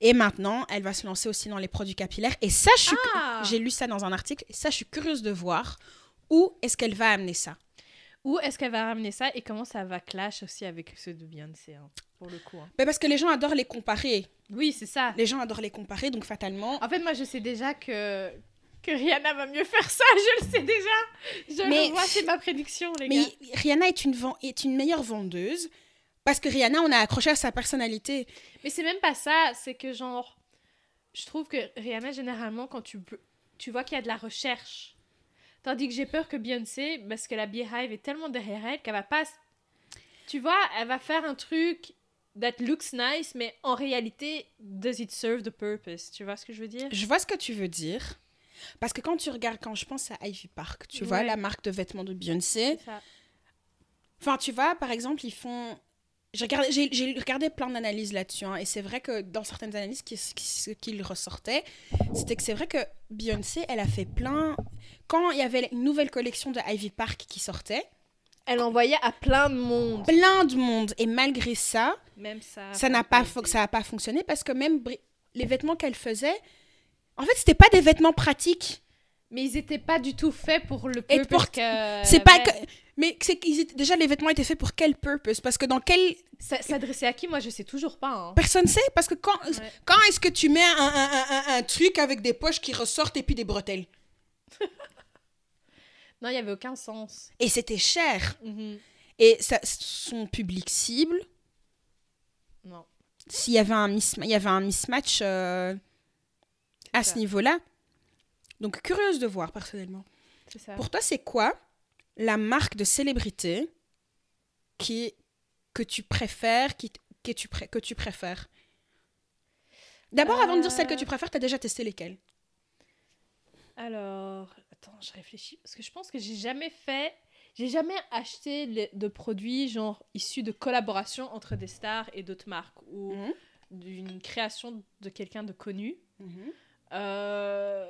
[SPEAKER 1] et maintenant, elle va se lancer aussi dans les produits capillaires. Et ça, je suis cu-
[SPEAKER 2] Ah
[SPEAKER 1] j'ai lu ça dans un article, et ça, je suis curieuse de voir où est-ce qu'elle va amener ça.
[SPEAKER 2] Où est-ce qu'elle va ramener ça et comment ça va clash aussi avec ceux de Beyoncé, hein, pour le coup. hein.
[SPEAKER 1] Ben, parce que les gens adorent les comparer.
[SPEAKER 2] Oui, c'est ça.
[SPEAKER 1] Les gens adorent les comparer, donc fatalement.
[SPEAKER 2] En fait, moi, je sais déjà que, que Rihanna va mieux faire ça. Je le sais déjà. Je
[SPEAKER 1] Mais-
[SPEAKER 2] le vois, c'est ma prédiction, les
[SPEAKER 1] Mais
[SPEAKER 2] gars.
[SPEAKER 1] Rihanna est une, ven- est une meilleure vendeuse parce que Rihanna, on a accroché à sa personnalité.
[SPEAKER 2] Mais c'est même pas ça. C'est que, genre, je trouve que Rihanna, généralement, quand tu, bl- tu vois qu'il y a de la recherche. Tandis que j'ai peur que Beyoncé, parce que la Beehive est tellement derrière elle qu'elle va pas. s- Tu vois, elle va faire un truc that looks nice, mais en réalité, does it serve the purpose Tu vois ce que je veux dire
[SPEAKER 1] Je vois ce que tu veux dire. Parce que quand tu regardes, quand je pense à Ivy Park, tu vois,
[SPEAKER 2] Ouais.
[SPEAKER 1] la marque de vêtements de Beyoncé.
[SPEAKER 2] C'est ça.
[SPEAKER 1] Enfin, tu vois, par exemple, ils font. J'ai regardé, j'ai- j'ai regardé plein d'analyses là-dessus, hein, et c'est vrai que dans certaines analyses, qui- qui- ce qu'il ressortait, c'était que c'est vrai que Beyoncé, elle a fait plein. Quand il y avait une nouvelle collection de Ivy Park qui sortait,
[SPEAKER 2] Elle envoyait à plein de monde.
[SPEAKER 1] plein de monde, et malgré ça,
[SPEAKER 2] Même ça.
[SPEAKER 1] Ah, ça n'a pas, fon- ça n'a pas fonctionné parce que même Bri- les vêtements qu'elle faisait, en fait, c'était pas des vêtements pratiques.
[SPEAKER 2] Mais ils étaient pas du tout faits pour le
[SPEAKER 1] Et
[SPEAKER 2] purpose
[SPEAKER 1] pour-
[SPEAKER 2] que-
[SPEAKER 1] c'est pas
[SPEAKER 2] ouais.
[SPEAKER 1] que, mais c'est qu'ils étaient- déjà les vêtements étaient faits pour quel purpose Parce que dans quel
[SPEAKER 2] Ça- S'adresser à qui Moi, je sais toujours pas. hein.
[SPEAKER 1] personne sait parce que quand
[SPEAKER 2] Ouais.
[SPEAKER 1] quand est-ce que tu mets un, un- un- un- un truc avec des poches qui ressortent et puis des bretelles
[SPEAKER 2] Non, il y avait aucun sens.
[SPEAKER 1] Et c'était cher. Et ça, son public cible,
[SPEAKER 2] Non.
[SPEAKER 1] s'il y avait un mismatch, il y avait un mismatch euh, à
[SPEAKER 2] ça.
[SPEAKER 1] ce niveau-là. Donc curieuse de voir personnellement.
[SPEAKER 2] C'est ça.
[SPEAKER 1] Pour toi, c'est quoi la marque de célébrité qui, que tu préfères, qui, que, tu pré- que tu préfères D'abord, avant de dire celle que tu
[SPEAKER 2] Euh.
[SPEAKER 1] préfères, t'as déjà testé lesquelles
[SPEAKER 2] Alors, attends, je réfléchis parce que je pense que j'ai jamais fait, j'ai jamais acheté le- de produits genre issus de collaborations entre des stars et d'autres marques ou
[SPEAKER 1] Mhm.
[SPEAKER 2] d'une création de quelqu'un de connu.
[SPEAKER 1] Mmh.
[SPEAKER 2] Euh,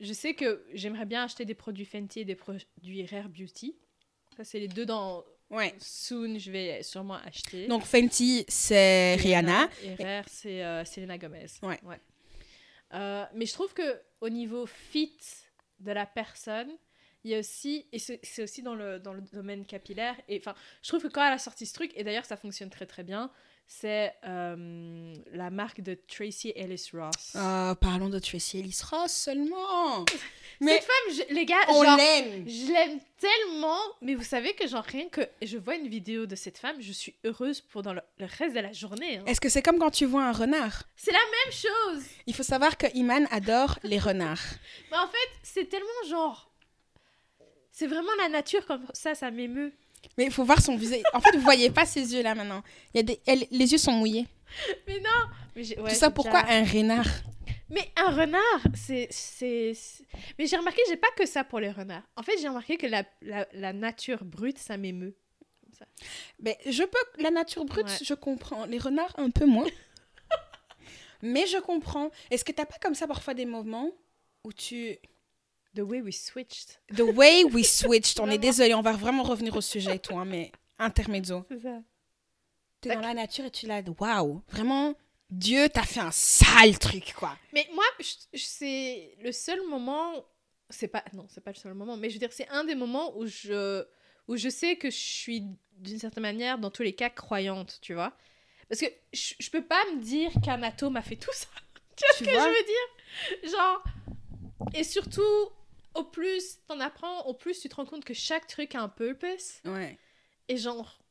[SPEAKER 2] je sais que j'aimerais bien acheter des produits Fenty et des produits Rare Beauty. Ça, c'est les deux dans.
[SPEAKER 1] Ouais.
[SPEAKER 2] Soon, je vais sûrement acheter.
[SPEAKER 1] Donc Fenty, c'est Rihanna.
[SPEAKER 2] Et Rare, c'est euh, Selena Gomez.
[SPEAKER 1] Ouais.
[SPEAKER 2] Euh, mais je trouve que au niveau fit de la personne, il y a aussi, et c'est c'est aussi dans le, dans le domaine capillaire, et enfin, je trouve que quand elle a sorti ce truc, et d'ailleurs ça fonctionne très très bien, c'est euh, la marque de Tracy Ellis Ross.
[SPEAKER 1] Euh, parlons de Tracy Ellis Ross seulement.
[SPEAKER 2] mais...
[SPEAKER 1] mais-
[SPEAKER 2] Cette femme, je- les gars,
[SPEAKER 1] On
[SPEAKER 2] genre,
[SPEAKER 1] l'aime.
[SPEAKER 2] je l'aime tellement, mais vous savez que genre rien que je vois une vidéo de cette femme, je suis heureuse pour dans le, le reste de la journée. hein.
[SPEAKER 1] Est-ce que c'est comme quand tu vois un renard
[SPEAKER 2] C'est la même chose.
[SPEAKER 1] Il faut savoir que Iman adore les renards.
[SPEAKER 2] Mais en fait, c'est tellement genre. C'est vraiment la nature comme ça, ça m'émeut.
[SPEAKER 1] Mais il faut voir son visage. En fait, vous voyez pas ses yeux là maintenant. Il y a des... elle- Les yeux sont mouillés.
[SPEAKER 2] Mais non mais j'ai- ouais,
[SPEAKER 1] Tout ça
[SPEAKER 2] j'ai
[SPEAKER 1] pourquoi
[SPEAKER 2] déjà-
[SPEAKER 1] un renard
[SPEAKER 2] Mais un renard, c'est. c'est- c'est- Mais j'ai remarqué, j'ai pas que ça pour les renards. En fait, j'ai remarqué que la, la, la nature brute, ça m'émeut.
[SPEAKER 1] Ben, je peux. La nature brute,
[SPEAKER 2] Ouais.
[SPEAKER 1] je comprends. Les renards, un peu moins. Mais je comprends. Est-ce que t'as pas comme ça parfois des moments où tu.
[SPEAKER 2] The way we switched.
[SPEAKER 1] The way we switched. On est
[SPEAKER 2] Vraiment.
[SPEAKER 1] désolé, on va vraiment revenir au sujet, toi, hein, mais intermezzo.
[SPEAKER 2] C'est ça.
[SPEAKER 1] T'es dans la nature et tu l'as. Waouh, vraiment, Dieu t'a fait un sale truc, quoi.
[SPEAKER 2] Mais moi, je- je- c'est le seul moment. C'est pas. Non, c'est pas le seul moment. Mais je veux dire, c'est un des moments où je. Où je sais que je suis, d'une certaine manière, dans tous les cas, croyante, tu vois. Parce que je, je peux pas me dire qu'un atome a fait tout ça.
[SPEAKER 1] Tu
[SPEAKER 2] que
[SPEAKER 1] vois
[SPEAKER 2] je veux dire Genre. Et surtout, au plus t'en apprends, au plus tu te rends compte que chaque truc a un purpose.
[SPEAKER 1] Ouais.
[SPEAKER 2] Et genre.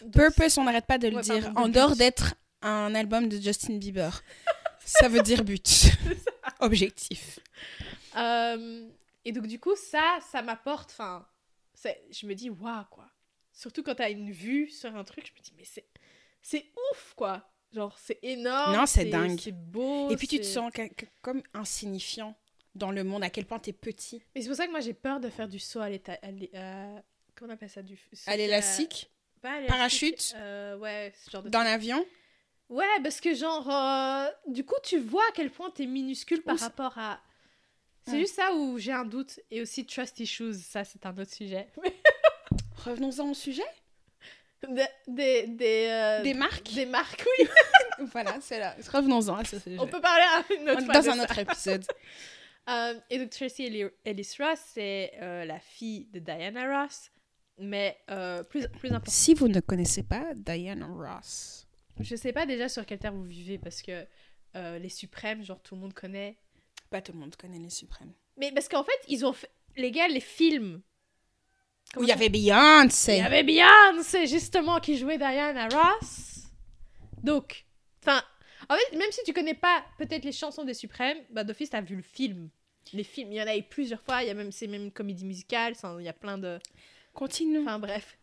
[SPEAKER 2] donc-
[SPEAKER 1] Purpose, on n'arrête pas de le
[SPEAKER 2] Ouais,
[SPEAKER 1] dire.
[SPEAKER 2] pardon, de
[SPEAKER 1] en
[SPEAKER 2] but.
[SPEAKER 1] dehors d'être un album de Justin Bieber, ça veut dire but. Objectif.
[SPEAKER 2] Euh, et donc, du coup, ça, ça m'apporte. Enfin, c'est- je me dis, waouh, quoi. Surtout quand t'as une vue sur un truc, je me dis, mais c'est. C'est ouf, quoi. Genre, c'est énorme.
[SPEAKER 1] Non, c'est dingue.
[SPEAKER 2] C'est beau.
[SPEAKER 1] Et puis tu te
[SPEAKER 2] c'est-
[SPEAKER 1] sens ca- ca- comme insignifiant dans le monde, à quel point t'es petit.
[SPEAKER 2] Mais c'est pour ça que moi, j'ai peur de faire du saut à l'état. à l'é- à- Comment on appelle ça du... saut
[SPEAKER 1] À
[SPEAKER 2] à-
[SPEAKER 1] l'élastique,
[SPEAKER 2] Pas à l'élastique,
[SPEAKER 1] parachute,
[SPEAKER 2] euh, ouais, ce genre de
[SPEAKER 1] dans l'avion.
[SPEAKER 2] Ouais, parce que genre, euh, du coup, tu vois à quel point t'es minuscule par
[SPEAKER 1] Ou c'est-
[SPEAKER 2] rapport à. C'est
[SPEAKER 1] Ouais.
[SPEAKER 2] juste ça où j'ai un doute. Et aussi trust issues, ça c'est un autre sujet.
[SPEAKER 1] Revenons-en au sujet.
[SPEAKER 2] des, des, des, euh,
[SPEAKER 1] Des marques.
[SPEAKER 2] des marques, oui.
[SPEAKER 1] voilà, c'est là. Revenons-en à ce sujet.
[SPEAKER 2] On peut parler à une autre
[SPEAKER 1] On-
[SPEAKER 2] fois
[SPEAKER 1] dans
[SPEAKER 2] de
[SPEAKER 1] un
[SPEAKER 2] ça.
[SPEAKER 1] autre épisode.
[SPEAKER 2] Euh, et donc Tracy Elli- Ellis Ross, c'est euh, la fille de Diana Ross, mais euh, plus, plus important.
[SPEAKER 1] si vous ne connaissez pas Diana Ross,
[SPEAKER 2] Je sais pas déjà sur quelle terre vous vivez parce que euh, les suprêmes, genre tout le monde connaît.
[SPEAKER 1] pas tout le monde connaît les Suprêmes.
[SPEAKER 2] Mais parce qu'en fait, ils ont fait. Les gars, les films.
[SPEAKER 1] Où
[SPEAKER 2] Comment
[SPEAKER 1] il y
[SPEAKER 2] ça
[SPEAKER 1] avait
[SPEAKER 2] Il y
[SPEAKER 1] Beyoncé.
[SPEAKER 2] avait Beyoncé, justement, qui jouait Diana Ross. Donc, enfin, en fait, même si tu connais pas peut-être les chansons des Suprêmes, bah, d'office, t'as vu le film. Les films, il y en a eu plusieurs fois, il y a même, c'est même une comédie musicale, ça, il y a plein de...
[SPEAKER 1] Mm. Continue.
[SPEAKER 2] Enfin, bref.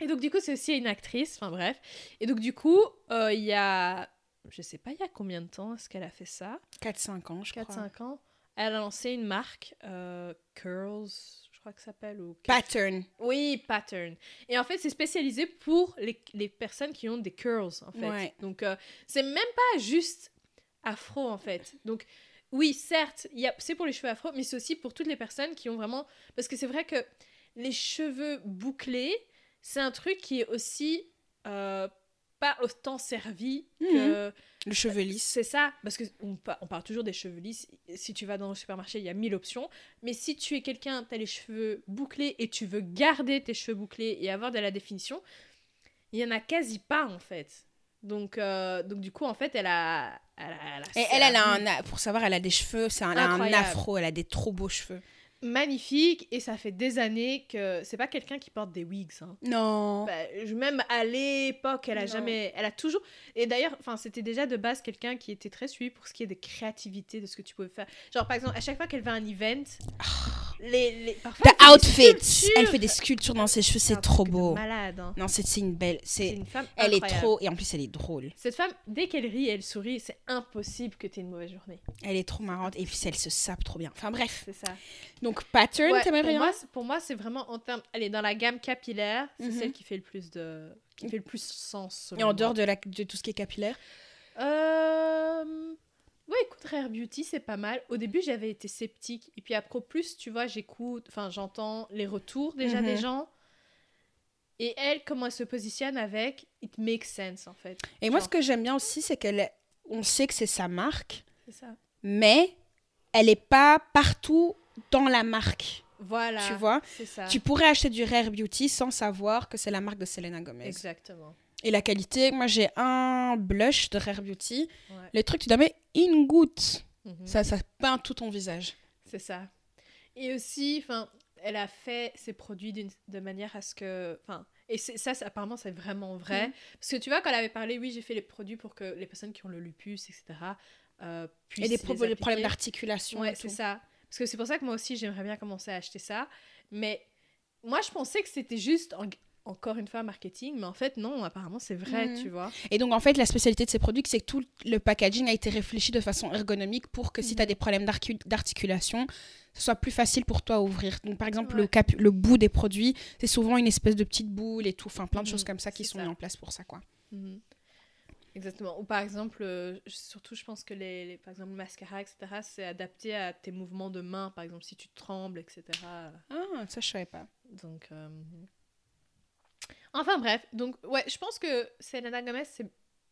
[SPEAKER 2] Et donc, du coup, c'est aussi une actrice, enfin, bref. Et donc, du coup, euh, il y a... Je sais pas il y a combien de temps est-ce qu'elle a fait ça
[SPEAKER 1] 4-5 ans, je crois.
[SPEAKER 2] 4-5 ans. Elle a lancé une marque, euh, Curls, je crois que ça s'appelle, ou... quelque
[SPEAKER 1] Pattern.
[SPEAKER 2] oui, pattern. Et en fait, c'est spécialisé pour les, les personnes qui ont des curls, en fait.
[SPEAKER 1] Ouais.
[SPEAKER 2] Donc, euh, c'est même pas juste afro, en fait. Donc, oui, certes, il y a- c'est pour les cheveux afro, mais c'est aussi pour toutes les personnes qui ont vraiment... Parce que c'est vrai que les cheveux bouclés, c'est un truc qui est aussi euh, pas autant servi que...
[SPEAKER 1] Le cheveu lisse.
[SPEAKER 2] C'est ça, parce que on, pa- on parle toujours des cheveux lisses. Si tu vas dans le supermarché, il y a mille options. Mais si tu es quelqu'un, tu as les cheveux bouclés et tu veux garder tes cheveux bouclés et avoir de la définition, il y en a quasi pas en fait. Donc, euh, donc du coup, en fait, elle a. Elle, a- elle a-
[SPEAKER 1] Et elle, elle a
[SPEAKER 2] vu
[SPEAKER 1] un, a- pour savoir, elle a des cheveux, c'est un, elle a un
[SPEAKER 2] Incroyable.
[SPEAKER 1] afro, elle a des trop beaux cheveux.
[SPEAKER 2] Magnifique, et ça fait des années que. C'est pas quelqu'un qui porte des wigs. hein.
[SPEAKER 1] Non.
[SPEAKER 2] Bah, je- même à l'époque, elle
[SPEAKER 1] Non.
[SPEAKER 2] a jamais, elle a toujours. Et d'ailleurs, enfin, c'était déjà de base quelqu'un qui était très suivi pour ce qui est de créativité, de ce que tu pouvais faire. Genre par exemple, à chaque fois qu'elle va à un event, les, les parfois, elle fait
[SPEAKER 1] Ah. The
[SPEAKER 2] des
[SPEAKER 1] outfit.
[SPEAKER 2] sculptures.
[SPEAKER 1] Elle fait des sculptures dans ses cheveux,
[SPEAKER 2] un
[SPEAKER 1] c'est
[SPEAKER 2] truc
[SPEAKER 1] trop
[SPEAKER 2] de
[SPEAKER 1] beau.
[SPEAKER 2] Malade. hein.
[SPEAKER 1] Non, c'est c'est une belle.
[SPEAKER 2] C'est
[SPEAKER 1] C'est.
[SPEAKER 2] une femme.
[SPEAKER 1] Elle est
[SPEAKER 2] incroyable.
[SPEAKER 1] trop. Et en plus, elle est drôle.
[SPEAKER 2] Cette femme, dès qu'elle rit, elle sourit, c'est impossible que t'aies une mauvaise journée.
[SPEAKER 1] Elle est trop marrante. Et puis, elle se sape trop bien. Enfin, bref.
[SPEAKER 2] C'est ça.
[SPEAKER 1] Donc, Pattern,
[SPEAKER 2] Ouais,
[SPEAKER 1] t'aimerais
[SPEAKER 2] pour,
[SPEAKER 1] bien
[SPEAKER 2] moi, c'est- pour moi, c'est vraiment en termes. Elle est dans la gamme capillaire, c'est
[SPEAKER 1] Mhm.
[SPEAKER 2] celle qui fait le plus de, qui fait le plus sens.
[SPEAKER 1] Et en dehors de, la, de tout ce qui est capillaire.
[SPEAKER 2] Euh... Ouais, écoute, Rare Beauty, c'est pas mal. Au début, j'avais été sceptique. Et puis après, plus, tu vois, j'écoute, enfin, j'entends les retours déjà des
[SPEAKER 1] Mhm.
[SPEAKER 2] gens. Et elle, comment elle se positionne avec, it makes sense, en fait.
[SPEAKER 1] Et moi,
[SPEAKER 2] Genre.
[SPEAKER 1] ce que j'aime bien aussi, c'est qu'elle. est- On sait que c'est sa marque,
[SPEAKER 2] C'est ça.
[SPEAKER 1] mais elle n'est pas partout dans la marque.
[SPEAKER 2] Voilà.
[SPEAKER 1] Tu vois
[SPEAKER 2] C'est ça.
[SPEAKER 1] Tu pourrais acheter du Rare Beauty sans savoir que c'est la marque de Selena Gomez.
[SPEAKER 2] Exactement.
[SPEAKER 1] Et la qualité, moi j'ai un blush de Rare Beauty.
[SPEAKER 2] Ouais.
[SPEAKER 1] Le truc, tu dois mettre une goutte.
[SPEAKER 2] Mhm.
[SPEAKER 1] Ça, ça peint tout ton visage.
[SPEAKER 2] C'est ça. Et aussi, enfin, elle a fait ses produits d'une- de manière à ce que, enfin, et c'est- ça, c'est- apparemment, c'est vraiment vrai.
[SPEAKER 1] Mhm.
[SPEAKER 2] Parce que tu vois, quand elle avait parlé, oui, j'ai fait les produits pour que les personnes qui ont le lupus, etc., euh, puissent
[SPEAKER 1] et des
[SPEAKER 2] les
[SPEAKER 1] pro- des problèmes
[SPEAKER 2] appliquer.
[SPEAKER 1] d'articulation.
[SPEAKER 2] Ouais,
[SPEAKER 1] et
[SPEAKER 2] c'est
[SPEAKER 1] tout.
[SPEAKER 2] ça. Parce que c'est pour ça que moi aussi, j'aimerais bien commencer à acheter ça. Mais moi, je pensais que c'était juste en- encore une fois marketing, mais en fait, non, apparemment, c'est vrai,
[SPEAKER 1] Mhm.
[SPEAKER 2] tu vois.
[SPEAKER 1] Et donc, en fait, la spécialité de ces produits, c'est que tout le packaging a été réfléchi de façon ergonomique pour que si
[SPEAKER 2] Mhm.
[SPEAKER 1] tu as des problèmes d'arcu- d'articulation, ce soit plus facile pour toi à ouvrir. Donc, par exemple, le,
[SPEAKER 2] Ouais.
[SPEAKER 1] cap- le bout des produits, c'est souvent une espèce de petite boule et tout. Enfin, plein de
[SPEAKER 2] Mhm,
[SPEAKER 1] choses comme ça qui
[SPEAKER 2] c'est
[SPEAKER 1] sont
[SPEAKER 2] ça.
[SPEAKER 1] mises en place pour ça, quoi.
[SPEAKER 2] Mhm. Exactement. Ou par exemple, euh, je- surtout, je pense que les, les- par exemple, le mascara, etc., c'est adapté à tes mouvements de main, par exemple, si tu trembles, etc.
[SPEAKER 1] Ah, ça, je savais pas.
[SPEAKER 2] Donc. euh, Enfin bref, donc ouais, je pense que Selena Gomez, c'est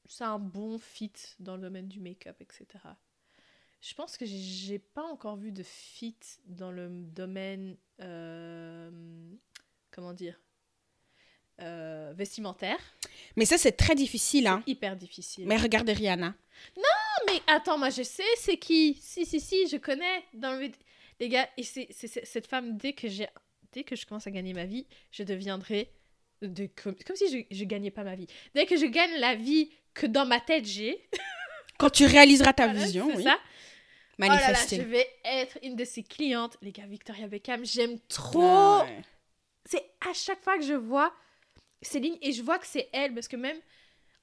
[SPEAKER 2] c'est un bon fit dans le domaine du make-up, etc. Je pense que j'ai- j'ai pas encore vu de fit dans le domaine. euh, Comment dire euh, vestimentaire,
[SPEAKER 1] Mais ça, c'est très difficile, hein.
[SPEAKER 2] hyper difficile.
[SPEAKER 1] Mais regardez Rihanna.
[SPEAKER 2] Mais attends, moi je sais c'est qui. Si, si, si, je connais. Dans le... Les gars, et c'est c'est- c'est- cette femme, dès que, j'ai- dès que je commence à gagner ma vie, je deviendrai. De... Comme... comme si je... je gagnais pas ma vie. Dès que je gagne la vie que dans ma tête j'ai.
[SPEAKER 1] Quand tu réaliseras ta
[SPEAKER 2] voilà,
[SPEAKER 1] vision,
[SPEAKER 2] c'est
[SPEAKER 1] oui.
[SPEAKER 2] ça. Oh là là,
[SPEAKER 1] Manifester.
[SPEAKER 2] je vais être une de ses clientes. Les gars, Victoria Beckham, j'aime trop.
[SPEAKER 1] Ah, ouais.
[SPEAKER 2] C'est à chaque fois que je vois Céline et je vois que c'est elle parce que même.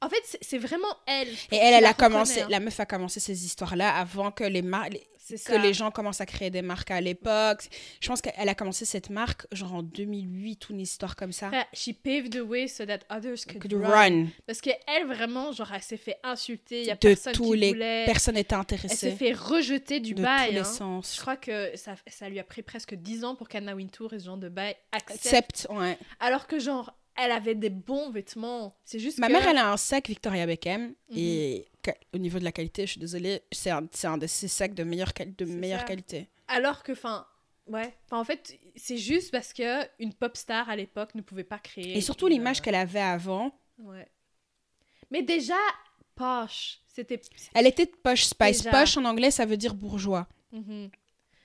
[SPEAKER 2] En fait, c'est- c'est vraiment elle.
[SPEAKER 1] Et elle, elle
[SPEAKER 2] la
[SPEAKER 1] a commencé,
[SPEAKER 2] reconnaît, hein.
[SPEAKER 1] la meuf a commencé ces histoires-là avant que les, mar- les-
[SPEAKER 2] C'est ça.
[SPEAKER 1] que les gens commencent à créer des marques à l'époque. Je pense qu'elle a commencé cette marque genre en 2008 ou une histoire comme ça.
[SPEAKER 2] Après, she paved the way so that others could,
[SPEAKER 1] Could
[SPEAKER 2] run.
[SPEAKER 1] run.
[SPEAKER 2] Parce que elle vraiment, genre, elle s'est fait insulter. Il y a
[SPEAKER 1] De
[SPEAKER 2] personne
[SPEAKER 1] tous
[SPEAKER 2] qui
[SPEAKER 1] les
[SPEAKER 2] voulait.
[SPEAKER 1] Personne n'était
[SPEAKER 2] elle s'est
[SPEAKER 1] intéressée
[SPEAKER 2] fait rejeter du
[SPEAKER 1] de tous
[SPEAKER 2] bail.
[SPEAKER 1] les
[SPEAKER 2] hein. Je
[SPEAKER 1] sens.
[SPEAKER 2] crois que ça, ça lui a pris presque 10 ans pour qu'Anna Wintour et ce genre de bail accepte.
[SPEAKER 1] Except, ouais.
[SPEAKER 2] Alors que, genre, elle avait des bons vêtements. C'est juste
[SPEAKER 1] Ma
[SPEAKER 2] que- Mhm.
[SPEAKER 1] mère, elle a un sac Victoria Beckham et que- au niveau de la qualité, je suis désolée, c'est un, c'est un de ses sacs de meilleure, quali- de
[SPEAKER 2] C'est
[SPEAKER 1] meilleure
[SPEAKER 2] ça.
[SPEAKER 1] qualité.
[SPEAKER 2] Alors que, enfin, ouais. Enfin, en fait, c'est juste parce que une pop star à l'époque ne pouvait pas créer.
[SPEAKER 1] Et, surtout
[SPEAKER 2] une,
[SPEAKER 1] l'image
[SPEAKER 2] euh,
[SPEAKER 1] qu'elle avait avant,
[SPEAKER 2] Ouais. Mais déjà, poche. C'était.
[SPEAKER 1] elle était de poche spice.
[SPEAKER 2] Déjà.
[SPEAKER 1] Poche en anglais, ça veut dire bourgeois.
[SPEAKER 2] Mhm.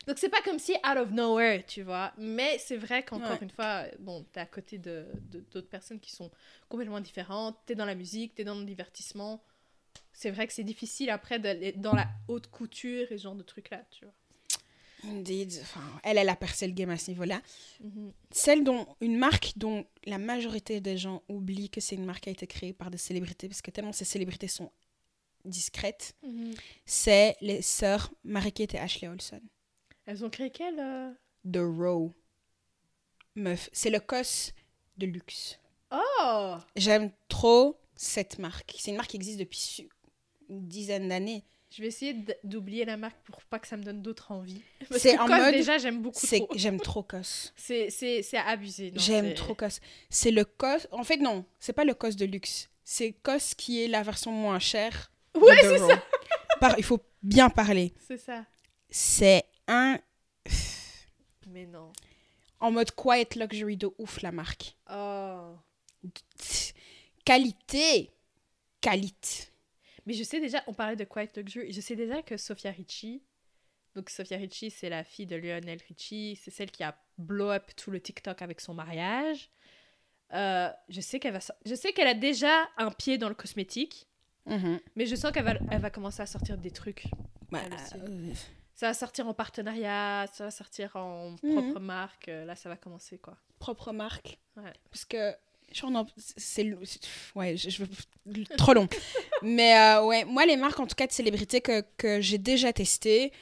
[SPEAKER 2] Donc c'est pas comme si out of nowhere, tu vois. Mais c'est vrai qu'encore
[SPEAKER 1] Ouais.
[SPEAKER 2] une fois, bon, t'es à côté de de- d'autres personnes qui sont complètement différentes. T'es dans la musique, t'es dans le divertissement. C'est vrai que c'est difficile après d'aller dans la haute couture et ce genre de trucs là, tu vois.
[SPEAKER 1] Indeed. Enfin, elle, elle a percé le game à ce niveau-là. Mm-hmm.
[SPEAKER 2] Mhm.
[SPEAKER 1] Celle dont une marque dont la majorité des gens oublient que c'est une marque qui a été créée par des célébrités parce que tellement ces célébrités sont discrètes,
[SPEAKER 2] Mhm.
[SPEAKER 1] c'est les sœurs Marie-Kate et Ashley Olsen.
[SPEAKER 2] Elles ont créé quelle euh,
[SPEAKER 1] The Row. Meuf, c'est le cos de luxe.
[SPEAKER 2] Oh
[SPEAKER 1] J'aime trop cette marque. C'est une marque qui existe depuis su- une dizaine d'années.
[SPEAKER 2] Je vais essayer d- d'oublier la marque pour pas que ça me donne d'autres envies.
[SPEAKER 1] C'est
[SPEAKER 2] que
[SPEAKER 1] en
[SPEAKER 2] Cos,
[SPEAKER 1] mode-
[SPEAKER 2] Déjà, j'aime beaucoup
[SPEAKER 1] C'est
[SPEAKER 2] trop.
[SPEAKER 1] j'aime trop cos.
[SPEAKER 2] C'est c'est c'est abusé. non,
[SPEAKER 1] J'aime
[SPEAKER 2] c'est-
[SPEAKER 1] trop cos. C'est le cos. En fait non, c'est pas le cos de luxe. C'est cos qui est la version moins chère. de
[SPEAKER 2] Ouais,
[SPEAKER 1] The Row. Par- il faut bien parler.
[SPEAKER 2] C'est ça.
[SPEAKER 1] C'est un
[SPEAKER 2] Mais non.
[SPEAKER 1] en mode quiet luxury de ouf la marque.
[SPEAKER 2] Oh.
[SPEAKER 1] Qualité, qualité.
[SPEAKER 2] Mais je sais déjà, on parlait de Quiet Luxury, je sais déjà que Sofia Richie, donc Sofia Richie, c'est la fille de Lionel Richie, c'est celle qui a blow up tout le TikTok avec son mariage. Euh, je sais qu'elle va, so- je sais qu'elle a déjà un pied dans le cosmétique,
[SPEAKER 1] Mhm.
[SPEAKER 2] mais je sens qu'elle va, elle va commencer à sortir des trucs.
[SPEAKER 1] Bah,
[SPEAKER 2] Elle aussi.
[SPEAKER 1] euh,
[SPEAKER 2] Ça va sortir en partenariat, ça va sortir en propre marque. euh, Là, ça va commencer quoi.
[SPEAKER 1] propre marque.
[SPEAKER 2] Ouais.
[SPEAKER 1] Parce que je suis en- c'est lou- c'est- ouais, je, je veux trop long. Mais euh, ouais, moi les marques en tout cas de célébrités que, que j'ai déjà testées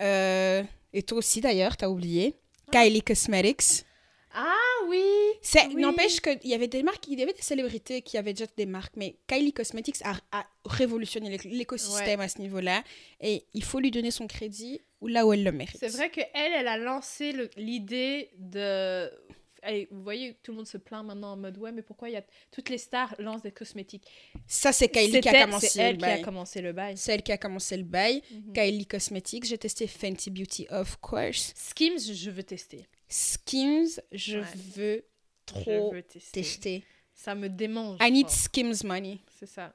[SPEAKER 1] euh, et toi aussi d'ailleurs, t'as oublié. Kylie Cosmetics.
[SPEAKER 2] Ah oui.
[SPEAKER 1] C'est-
[SPEAKER 2] Oui.
[SPEAKER 1] N'empêche qu'il y avait des marques, il y avait des célébrités qui avaient déjà des marques, mais Kylie Cosmetics a, a révolutionné l'éc- l'écosystème à ce niveau-là. Et il faut lui donner son crédit ou là où elle le mérite.
[SPEAKER 2] C'est vrai que elle, elle a lancé le- l'idée de. Allez, vous voyez, tout le monde se plaint maintenant en mode ouais, mais pourquoi il y a toutes les stars lancent des cosmétiques.
[SPEAKER 1] Ça, c'est Kylie qui
[SPEAKER 2] C'était-
[SPEAKER 1] a commencé
[SPEAKER 2] C'est elle
[SPEAKER 1] le
[SPEAKER 2] qui a
[SPEAKER 1] bail.
[SPEAKER 2] commencé le bail.
[SPEAKER 1] C'est elle qui a commencé le bail.
[SPEAKER 2] Mhm.
[SPEAKER 1] Kylie Cosmetics, j'ai testé Fenty Beauty, of course.
[SPEAKER 2] Skims, je veux tester.
[SPEAKER 1] Skims, je
[SPEAKER 2] Ouais.
[SPEAKER 1] veux trop
[SPEAKER 2] Je veux tester.
[SPEAKER 1] tester.
[SPEAKER 2] Ça me démange.
[SPEAKER 1] I need
[SPEAKER 2] genre.
[SPEAKER 1] Skims money.
[SPEAKER 2] C'est ça.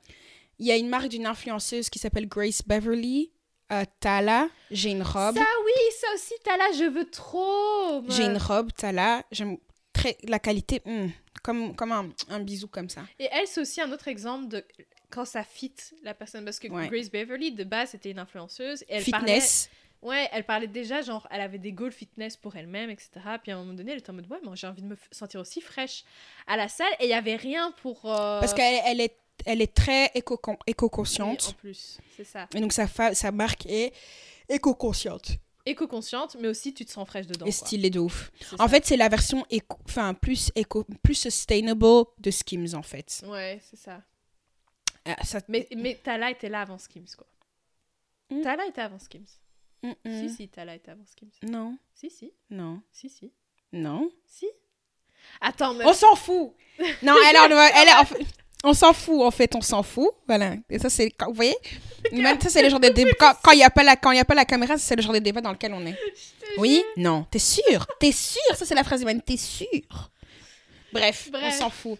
[SPEAKER 1] Il y a une marque d'une influenceuse qui s'appelle Grace Beverly. Euh, Tala, j'ai une robe.
[SPEAKER 2] Ça oui, ça aussi, t'as là, je veux trop. meuf.
[SPEAKER 1] J'ai une robe, Tala. J'aime très la qualité. hmm, comme comme un, un bisou comme ça.
[SPEAKER 2] Et elle, c'est aussi un autre exemple de quand ça fit la personne. Parce que
[SPEAKER 1] Ouais.
[SPEAKER 2] Grace Beverly, de base, c'était une influenceuse. Et elle parlait-
[SPEAKER 1] Fitness.
[SPEAKER 2] Ouais, elle parlait déjà, genre, elle avait des goals fitness pour elle-même, etc. Puis à un moment donné, elle était en mode, ouais, moi j'ai envie de me f- sentir aussi fraîche à la salle. Et il n'y avait rien pour. euh,
[SPEAKER 1] Parce qu'elle elle est, elle est très éco-con-
[SPEAKER 2] oui,
[SPEAKER 1] éco-consciente.
[SPEAKER 2] En plus, c'est ça.
[SPEAKER 1] et donc sa, fa- sa marque est éco-consciente.
[SPEAKER 2] Éco-consciente, mais aussi tu te sens fraîche dedans.
[SPEAKER 1] Et
[SPEAKER 2] quoi.
[SPEAKER 1] stylée de ouf.
[SPEAKER 2] C'est
[SPEAKER 1] En
[SPEAKER 2] ça.
[SPEAKER 1] fait, c'est la version éco, enfin plus éco, plus sustainable de Skims en fait.
[SPEAKER 2] Ouais, c'est ça.
[SPEAKER 1] Ah, ça-
[SPEAKER 2] Mais, mais Tala était là avant Skims, quoi.
[SPEAKER 1] Mm.
[SPEAKER 2] Tala était avant Skims.
[SPEAKER 1] Mm, mm.
[SPEAKER 2] Si, si, Tala était avant Skims.
[SPEAKER 1] Non,
[SPEAKER 2] Si, si,
[SPEAKER 1] non,
[SPEAKER 2] si, si.
[SPEAKER 1] non.
[SPEAKER 2] Si. Attends, mais.
[SPEAKER 1] On s'en fout. Non, elle, est en- elle est en fait- on s'en fout en fait, on s'en fout. Voilà. Et ça c'est, quand- vous voyez, Même ça c'est le genre de débat. Quand quand il n'y a pas la, quand il y a pas la caméra, c'est le genre de débat dans lequel on est. Oui, non, t'es sûr, t'es sûr. Ça c'est la phrase humaine, t'es sûr. Bref,
[SPEAKER 2] Bref.
[SPEAKER 1] on s'en fout.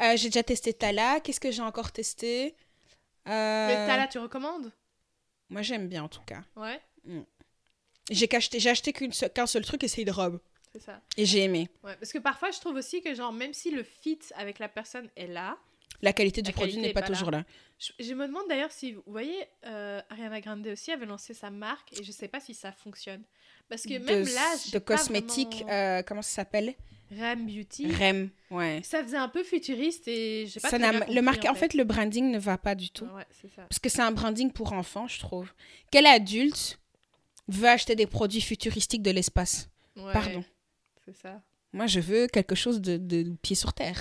[SPEAKER 1] Euh, j'ai déjà testé Tala. Qu'est-ce que j'ai encore testé Euh,
[SPEAKER 2] Mais Tala, tu recommandes
[SPEAKER 1] Moi j'aime bien en tout cas.
[SPEAKER 2] Ouais,
[SPEAKER 1] J'ai acheté, j'ai acheté qu'une se- qu'un seul truc et c'est une robe.
[SPEAKER 2] c'est ça.
[SPEAKER 1] Et j'ai aimé
[SPEAKER 2] Ouais, parce que parfois, je trouve aussi que, genre, même si le fit avec la personne est là,
[SPEAKER 1] la qualité du
[SPEAKER 2] La
[SPEAKER 1] produit
[SPEAKER 2] qualité
[SPEAKER 1] n'est
[SPEAKER 2] est
[SPEAKER 1] pas,
[SPEAKER 2] pas là.
[SPEAKER 1] toujours là.
[SPEAKER 2] je, je me demande d'ailleurs si, vous voyez, euh, Ariana Grande aussi avait lancé sa marque et je sais pas si ça fonctionne. Parce que même
[SPEAKER 1] de,
[SPEAKER 2] là,
[SPEAKER 1] de cosmétiques, euh, comment ça s'appelle
[SPEAKER 2] Ram Beauty.
[SPEAKER 1] REM, ouais.
[SPEAKER 2] Ça faisait un peu futuriste et j'ai pas
[SPEAKER 1] Ça
[SPEAKER 2] très
[SPEAKER 1] n'a-
[SPEAKER 2] bien
[SPEAKER 1] le
[SPEAKER 2] compris,
[SPEAKER 1] marque... en, fait. le branding ne va pas du tout.
[SPEAKER 2] Ouais, c'est ça.
[SPEAKER 1] Parce que c'est un branding pour enfants, je trouve. Quel adulte veut acheter des produits futuristiques de l'espace
[SPEAKER 2] Ouais,
[SPEAKER 1] Pardon.
[SPEAKER 2] C'est ça.
[SPEAKER 1] Moi, je veux quelque chose de, de pied sur terre.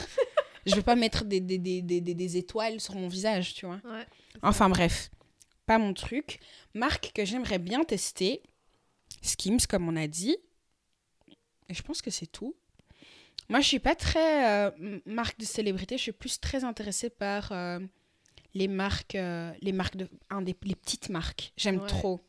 [SPEAKER 1] je veux pas mettre des, des, des, des, des- des étoiles sur mon visage, tu vois.
[SPEAKER 2] Ouais.
[SPEAKER 1] Enfin bref, pas mon truc. Marque que j'aimerais bien tester, Skims comme on a dit. Et je pense que c'est tout. Moi, je suis pas très euh, m- marque de célébrité. Je suis plus très intéressée par euh, les marques, euh, les marques de, un des, les petites marques. J'aime
[SPEAKER 2] Ouais.
[SPEAKER 1] trop.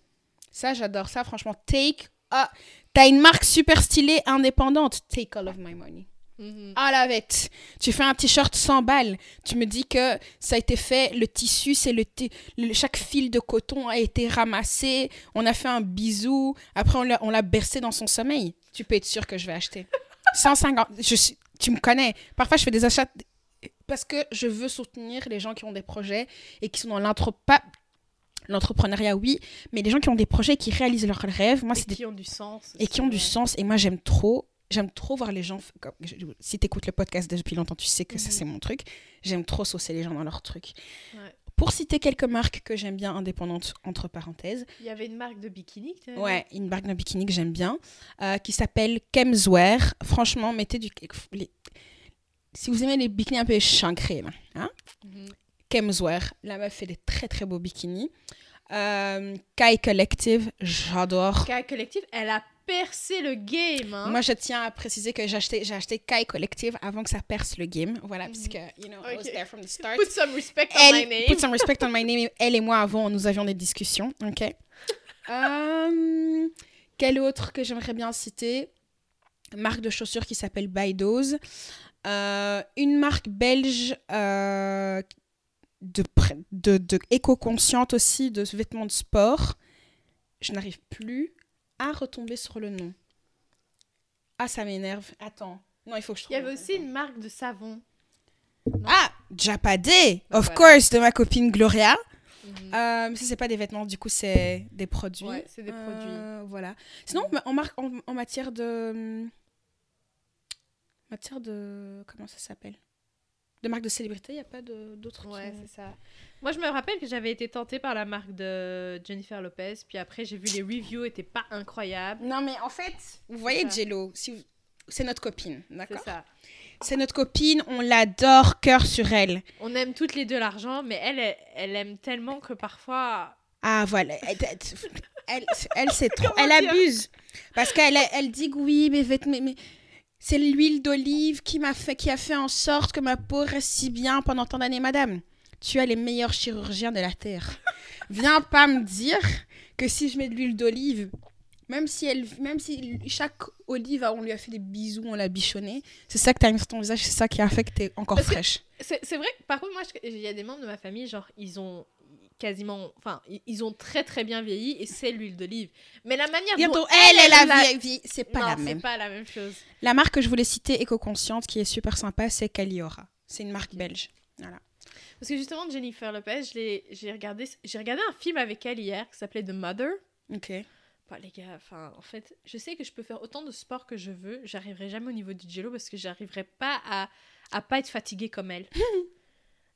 [SPEAKER 1] Ça, j'adore ça. Franchement, take. Ah, t'as une marque super stylée, indépendante. Take all of my money
[SPEAKER 2] Mhm.
[SPEAKER 1] à Ah, la vête. Tu fais un t-shirt 100 balles. Tu me dis que ça a été fait, le tissu, c'est le, ti- le- chaque fil de coton a été ramassé. On a fait un bisou. Après, on l'a- on l'a bercé dans son sommeil. Tu peux être sûr que je vais acheter. 150. Je suis, tu me connais. Parfois, je fais des achats parce que je veux soutenir les gens qui ont des projets et qui sont dans l'entre- pas- l'entrepreneuriat, oui, mais les gens qui ont des projets et qui réalisent leurs rêves. Moi,
[SPEAKER 2] Et
[SPEAKER 1] c'est des
[SPEAKER 2] qui ont du sens.
[SPEAKER 1] et qui ont du sens. Et moi, j'aime trop. J'aime trop voir les gens. f- comme- je- je- Si t'écoutes le podcast depuis longtemps, tu sais que ça,
[SPEAKER 2] Mhm.
[SPEAKER 1] c'est mon truc. J'aime trop saucer les gens dans leurs trucs.
[SPEAKER 2] Ouais.
[SPEAKER 1] Pour citer quelques marques que j'aime bien, indépendantes, entre parenthèses.
[SPEAKER 2] Il y avait une marque de bikini que t'avais
[SPEAKER 1] Ouais, une marque de bikini que j'aime bien, euh, qui s'appelle Kemswear. Franchement, mettez du. les- Si vous aimez les bikinis un peu chancrés, là, hein,
[SPEAKER 2] dit. Mhm.
[SPEAKER 1] Kemswear. La meuf fait des très très beaux bikinis. Euh, Kai Collective, j'adore.
[SPEAKER 2] Kaya Collective, elle a percé le game. hein.
[SPEAKER 1] Moi, je tiens à préciser que j'ai acheté, j'ai acheté Kai Collective avant que ça perce le game. Voilà,
[SPEAKER 2] Mhm.
[SPEAKER 1] parce que, you know, I was
[SPEAKER 2] Ok.
[SPEAKER 1] there from the start.
[SPEAKER 2] Put some respect on my
[SPEAKER 1] Elle,
[SPEAKER 2] name.
[SPEAKER 1] put some respect on my name. Elle et moi, avant, nous avions des discussions. OK. Euh, quel autre que j'aimerais bien citer Marque de chaussures qui s'appelle Baidoz. Euh, une marque belge euh, de, pr- de, de éco-consciente aussi, de vêtements de sport. Je n'arrive plus à retomber sur le nom. Ah, ça m'énerve. Attends. Non, il faut que je
[SPEAKER 2] Il
[SPEAKER 1] trouve.
[SPEAKER 2] y avait
[SPEAKER 1] le
[SPEAKER 2] aussi
[SPEAKER 1] nom.
[SPEAKER 2] une marque de savon.
[SPEAKER 1] Ah, Japadé,
[SPEAKER 2] Ben
[SPEAKER 1] of
[SPEAKER 2] voilà.
[SPEAKER 1] course, de ma copine Gloria.
[SPEAKER 2] Mhm.
[SPEAKER 1] Euh, mais ça, c'est pas des vêtements, du coup, c'est des produits.
[SPEAKER 2] Ouais, c'est des
[SPEAKER 1] Euh, voilà. Sinon, en, mar- en, en matière de. en matière de. Comment ça s'appelle De marque de célébrité, il n'y a pas de- d'autres. qui-
[SPEAKER 2] Ouais, c'est ça. Moi, je me rappelle que j'avais été tentée par la marque de Jennifer Lopez, puis après, j'ai vu les reviews étaient pas incroyables.
[SPEAKER 1] Non, mais en fait, vous voyez,
[SPEAKER 2] ça.
[SPEAKER 1] Jello, si vous- c'est notre copine,
[SPEAKER 2] C'est
[SPEAKER 1] d'accord
[SPEAKER 2] ça.
[SPEAKER 1] C'est notre copine, on l'adore, cœur sur elle.
[SPEAKER 2] On aime toutes les deux l'argent, mais elle, elle, elle aime tellement que parfois.
[SPEAKER 1] Ah voilà, elle, elle- elle, elle, c'est trop,
[SPEAKER 2] Comment
[SPEAKER 1] elle
[SPEAKER 2] dire
[SPEAKER 1] abuse parce qu'elle elle dit que oui mes vêtements, mais c'est l'huile d'olive qui m'a fait qui a fait en sorte que ma peau reste si bien pendant tant d'années, madame. Tu as les meilleurs chirurgiens de la terre. Viens pas me dire que si je mets de l'huile d'olive, même si elle, même si chaque olive on lui a fait des bisous, on l'a bichonnée, c'est ça que t'as mis sur ton visage, c'est ça qui a fait que t'es encore
[SPEAKER 2] Parce que-
[SPEAKER 1] fraîche.
[SPEAKER 2] C'est c'est vrai que, par contre, moi, je- il y a des membres de ma famille, genre, ils ont quasiment. Enfin, ils- ils ont très très bien vieilli, et c'est l'huile d'olive. Mais la manière
[SPEAKER 1] Bientôt,
[SPEAKER 2] dont
[SPEAKER 1] elle, elle,
[SPEAKER 2] l'a-
[SPEAKER 1] a vieilli- vieilli, c'est pas
[SPEAKER 2] Non,
[SPEAKER 1] la
[SPEAKER 2] c'est
[SPEAKER 1] même.
[SPEAKER 2] pas la même chose.
[SPEAKER 1] La marque que je voulais citer éco-consciente qui est super sympa, c'est Caliora. C'est une marque belge. Voilà.
[SPEAKER 2] Parce que justement, Jennifer Lopez, je l'ai- j'ai regardé, j'ai regardé un film avec elle hier qui s'appelait The Mother.
[SPEAKER 1] Ok.
[SPEAKER 2] Bah, les gars, enfin, en fait, je sais que je peux faire autant de sport que je veux, j'arriverai jamais au niveau du jello parce que j'arriverai pas à, à pas être fatiguée comme elle.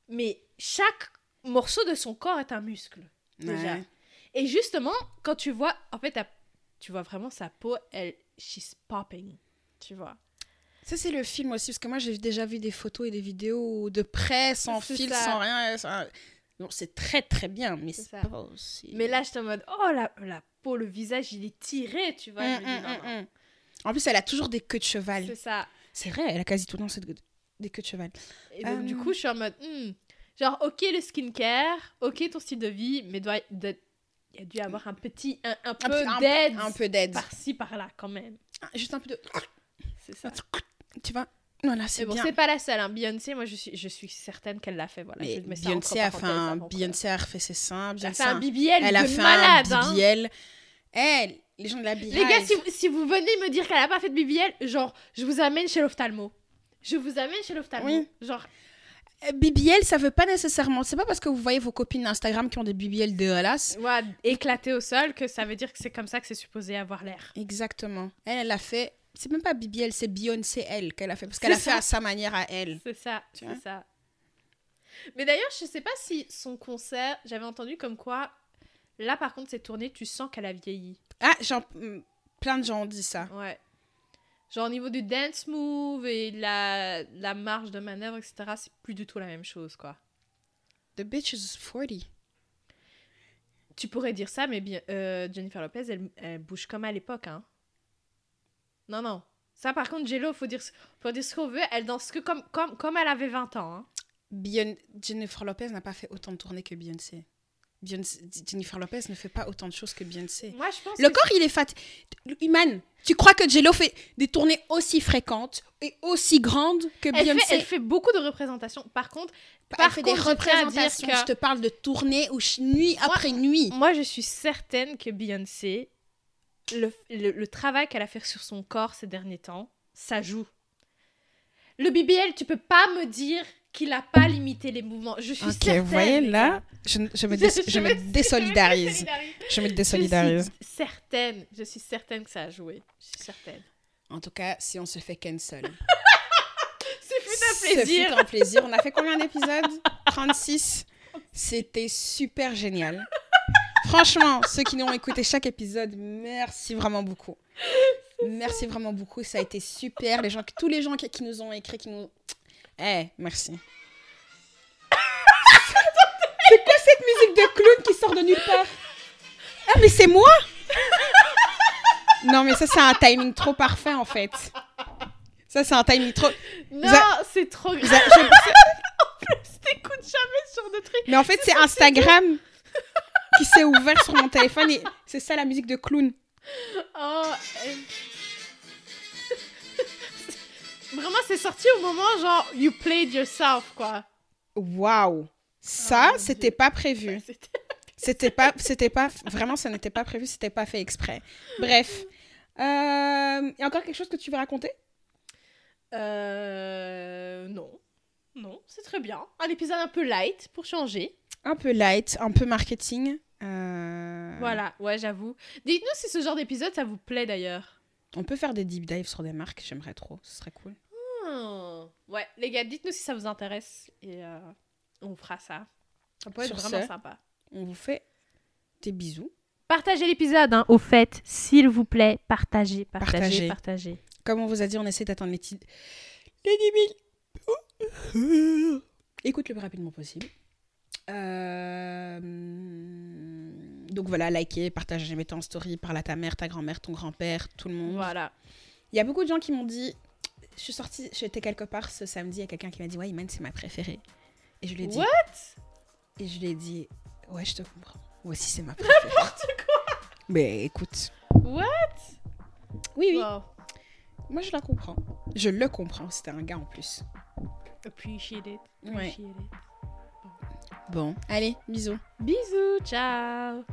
[SPEAKER 2] Mais chaque morceau de son corps est un muscle, déjà. Et justement, quand tu vois, en fait, ta- tu vois vraiment sa peau, elle, she's popping, tu vois.
[SPEAKER 1] Ça, c'est le film aussi, parce que moi, j'ai déjà vu des photos et des vidéos de près, sans
[SPEAKER 2] C'est
[SPEAKER 1] fil,
[SPEAKER 2] ça.
[SPEAKER 1] sans rien. sans- Bon, c'est très, très bien, mais
[SPEAKER 2] C'est
[SPEAKER 1] c'est
[SPEAKER 2] ça.
[SPEAKER 1] pas aussi...
[SPEAKER 2] Mais là, je suis en mode, oh, la, la peau, le visage, il est tiré, tu vois.
[SPEAKER 1] Hum,
[SPEAKER 2] je me dis,
[SPEAKER 1] hum,
[SPEAKER 2] non, non,
[SPEAKER 1] hum, hum. En plus, elle a toujours des queues de
[SPEAKER 2] C'est
[SPEAKER 1] cheval.
[SPEAKER 2] ça.
[SPEAKER 1] C'est vrai, elle a quasi tout le temps cette queue de- des queues de cheval.
[SPEAKER 2] Et donc, du
[SPEAKER 1] Euh.
[SPEAKER 2] coup, je suis en mode, hmm, genre, ok le skincare, ok ton style de vie, mais doit, doit- il y a dû avoir un petit, un, un
[SPEAKER 1] Mm. Un
[SPEAKER 2] peu
[SPEAKER 1] peu- un-
[SPEAKER 2] d'aide
[SPEAKER 1] Un peu d'aide.
[SPEAKER 2] par-ci, par-là, quand même.
[SPEAKER 1] Ah, Juste un peu de...
[SPEAKER 2] C'est ça.
[SPEAKER 1] Tu vois Voilà,
[SPEAKER 2] Mais
[SPEAKER 1] c'est
[SPEAKER 2] bon,
[SPEAKER 1] bien.
[SPEAKER 2] c'est pas la seule. Hein. Beyoncé, moi, je suis, je suis certaine qu'elle l'a fait. Voilà,
[SPEAKER 1] Mais
[SPEAKER 2] je mets ça entre
[SPEAKER 1] Beyoncé a fait
[SPEAKER 2] parenthèses hein,
[SPEAKER 1] un...
[SPEAKER 2] avant que-
[SPEAKER 1] Beyoncé a refait ses seins.
[SPEAKER 2] Elle a
[SPEAKER 1] Beyoncé
[SPEAKER 2] fait
[SPEAKER 1] a
[SPEAKER 2] un
[SPEAKER 1] un-
[SPEAKER 2] BBL
[SPEAKER 1] Elle a
[SPEAKER 2] de
[SPEAKER 1] fait
[SPEAKER 2] malade.
[SPEAKER 1] un
[SPEAKER 2] hein.
[SPEAKER 1] BBL. Elle, les gens de la BBL.
[SPEAKER 2] Les gars, si, vous- si vous venez me dire qu'elle a pas fait de BBL, genre, je vous amène chez l'ophtalmo. Je vous amène chez l'ophtalmo.
[SPEAKER 1] Oui.
[SPEAKER 2] Genre,
[SPEAKER 1] Euh, BBL, ça veut pas nécessairement. C'est pas parce que vous voyez vos copines d'Instagram qui ont des BBL dégueulasses.
[SPEAKER 2] ouais, éclaté au sol, que ça veut dire que c'est comme ça que c'est supposé avoir l'air.
[SPEAKER 1] Exactement. Elle, elle a fait c'est même pas Bibi, elle, c'est Beyoncé, elle, qu'elle a fait. Parce qu'elle a
[SPEAKER 2] C'est
[SPEAKER 1] fait
[SPEAKER 2] ça.
[SPEAKER 1] à sa manière à elle.
[SPEAKER 2] C'est ça,
[SPEAKER 1] Tu vois
[SPEAKER 2] c'est ça. Mais d'ailleurs, je sais pas si son concert, j'avais entendu comme quoi, là par contre, cette tournée, tu sens qu'elle a vieilli.
[SPEAKER 1] Ah, j'en- hmm, plein de gens ont dit ça.
[SPEAKER 2] Ouais. Genre au niveau du dance move et de la, de la marge de manœuvre, etc., c'est plus du tout la même chose, quoi.
[SPEAKER 1] The bitch is 40.
[SPEAKER 2] Tu pourrais dire ça, mais bien, euh, Jennifer Lopez, elle, elle bouge comme à l'époque, hein. Non, non. Ça, par contre, Jello, faut dire, ce- faut dire ce qu'on veut, elle danse que comme, comme, comme elle avait 20 ans, hein.
[SPEAKER 1] Beyon- Jennifer Lopez n'a pas fait autant de tournées que Beyoncé. Beyoncé- Jennifer Lopez ne fait pas autant de choses que Beyoncé.
[SPEAKER 2] Moi, je pense
[SPEAKER 1] Le
[SPEAKER 2] que
[SPEAKER 1] corps, il est fat. Iman, tu crois que Jello fait des tournées aussi fréquentes et aussi grandes que
[SPEAKER 2] elle
[SPEAKER 1] Beyoncé
[SPEAKER 2] fait, elle fait beaucoup de représentations. Par contre,
[SPEAKER 1] Elle
[SPEAKER 2] par
[SPEAKER 1] fait
[SPEAKER 2] contre, je tiens à dire que-
[SPEAKER 1] Je te parle de tournées où ch- nuit après nuit.
[SPEAKER 2] moi, je suis certaine que Beyoncé, le, le- le travail qu'elle a fait sur son corps ces derniers temps, ça joue. Le BBL, tu peux pas me dire qu'il a pas limité les mouvements. Je suis certaine.
[SPEAKER 1] je,
[SPEAKER 2] me dés- Je- je me je- je-
[SPEAKER 1] désolidarise. Je me
[SPEAKER 2] Je suis certaine, je suis certaine que ça a joué. Je suis certaine.
[SPEAKER 1] En tout cas, si on se fait cancel.
[SPEAKER 2] C'est
[SPEAKER 1] Ce
[SPEAKER 2] fut un plaisir.
[SPEAKER 1] fut un plaisir. On a fait combien d'épisodes 36. C'était super génial. Franchement, ceux qui nous ont écouté chaque épisode, merci vraiment beaucoup. Merci vraiment beaucoup. Ça a été super. Les gens, tous les gens qui, qui nous ont écrit, qui nous. Eh, merci. C'est quoi cette musique de clown qui sort de nulle part Ah, mais c'est moi Non, mais ça, c'est un timing trop parfait en fait. Ça, c'est un timing trop.
[SPEAKER 2] Non, c'est trop grave.
[SPEAKER 1] Vous a- je-
[SPEAKER 2] T'écoutes jamais ce genre de truc.
[SPEAKER 1] Mais en fait, c'est Instagram qui s'est ouvert sur mon téléphone et c'est ça la musique de clown.
[SPEAKER 2] Oh, euh. Vraiment, c'est sorti au moment genre you played yourself quoi.
[SPEAKER 1] Waouh. Ça,
[SPEAKER 2] Oh, mon
[SPEAKER 1] c'était
[SPEAKER 2] Dieu.
[SPEAKER 1] pas prévu.
[SPEAKER 2] C'était-
[SPEAKER 1] C'était pas, c'était pas, vraiment, ça n'était pas prévu, c'était pas fait exprès. Bref. Euh, y a encore quelque chose que tu veux raconter
[SPEAKER 2] Euh. Non. Non, c'est très bien. Un épisode un peu light pour changer.
[SPEAKER 1] Un peu light, un peu marketing. Euh,
[SPEAKER 2] Voilà, ouais, j'avoue. Dites-nous si ce genre d'épisode ça vous plaît d'ailleurs.
[SPEAKER 1] On peut faire des deep dives sur des marques, j'aimerais trop, ce serait cool.
[SPEAKER 2] Hmm. Ouais, les gars, dites-nous si ça vous intéresse et euh, on fera ça. Ça pourrait être
[SPEAKER 1] Sur
[SPEAKER 2] vraiment
[SPEAKER 1] ce.
[SPEAKER 2] sympa.
[SPEAKER 1] On vous fait des bisous.
[SPEAKER 2] Partagez l'épisode, hein, au fait, s'il vous plaît, partagez,
[SPEAKER 1] Partagez.
[SPEAKER 2] partagez, partagez.
[SPEAKER 1] Comme on vous a dit, on essaie d'atteindre les, ti- les 10 000. Écoute le plus rapidement possible. Euh, Donc voilà, likez, partagez, mettez en story, parle à ta mère, ta grand-mère, ton grand-père, tout le monde. Il
[SPEAKER 2] Voilà.
[SPEAKER 1] y a beaucoup de gens qui m'ont dit, je suis sortie, j'étais quelque part ce samedi, il y a quelqu'un qui m'a dit, ouais, Iman, c'est ma préférée. Et je lui ai dit,
[SPEAKER 2] What
[SPEAKER 1] et je lui ai dit, ouais, je te comprends. Moi aussi, c'est ma préférée. N'importe quoi. Mais écoute.
[SPEAKER 2] What
[SPEAKER 1] Oui, oui.
[SPEAKER 2] Wow.
[SPEAKER 1] Moi, je la comprends. Je le comprends. C'était un gars en plus.
[SPEAKER 2] Appreciate it.
[SPEAKER 1] Ouais.
[SPEAKER 2] Appreciate it.
[SPEAKER 1] Bon, allez, bisous.
[SPEAKER 2] Bisous, ciao.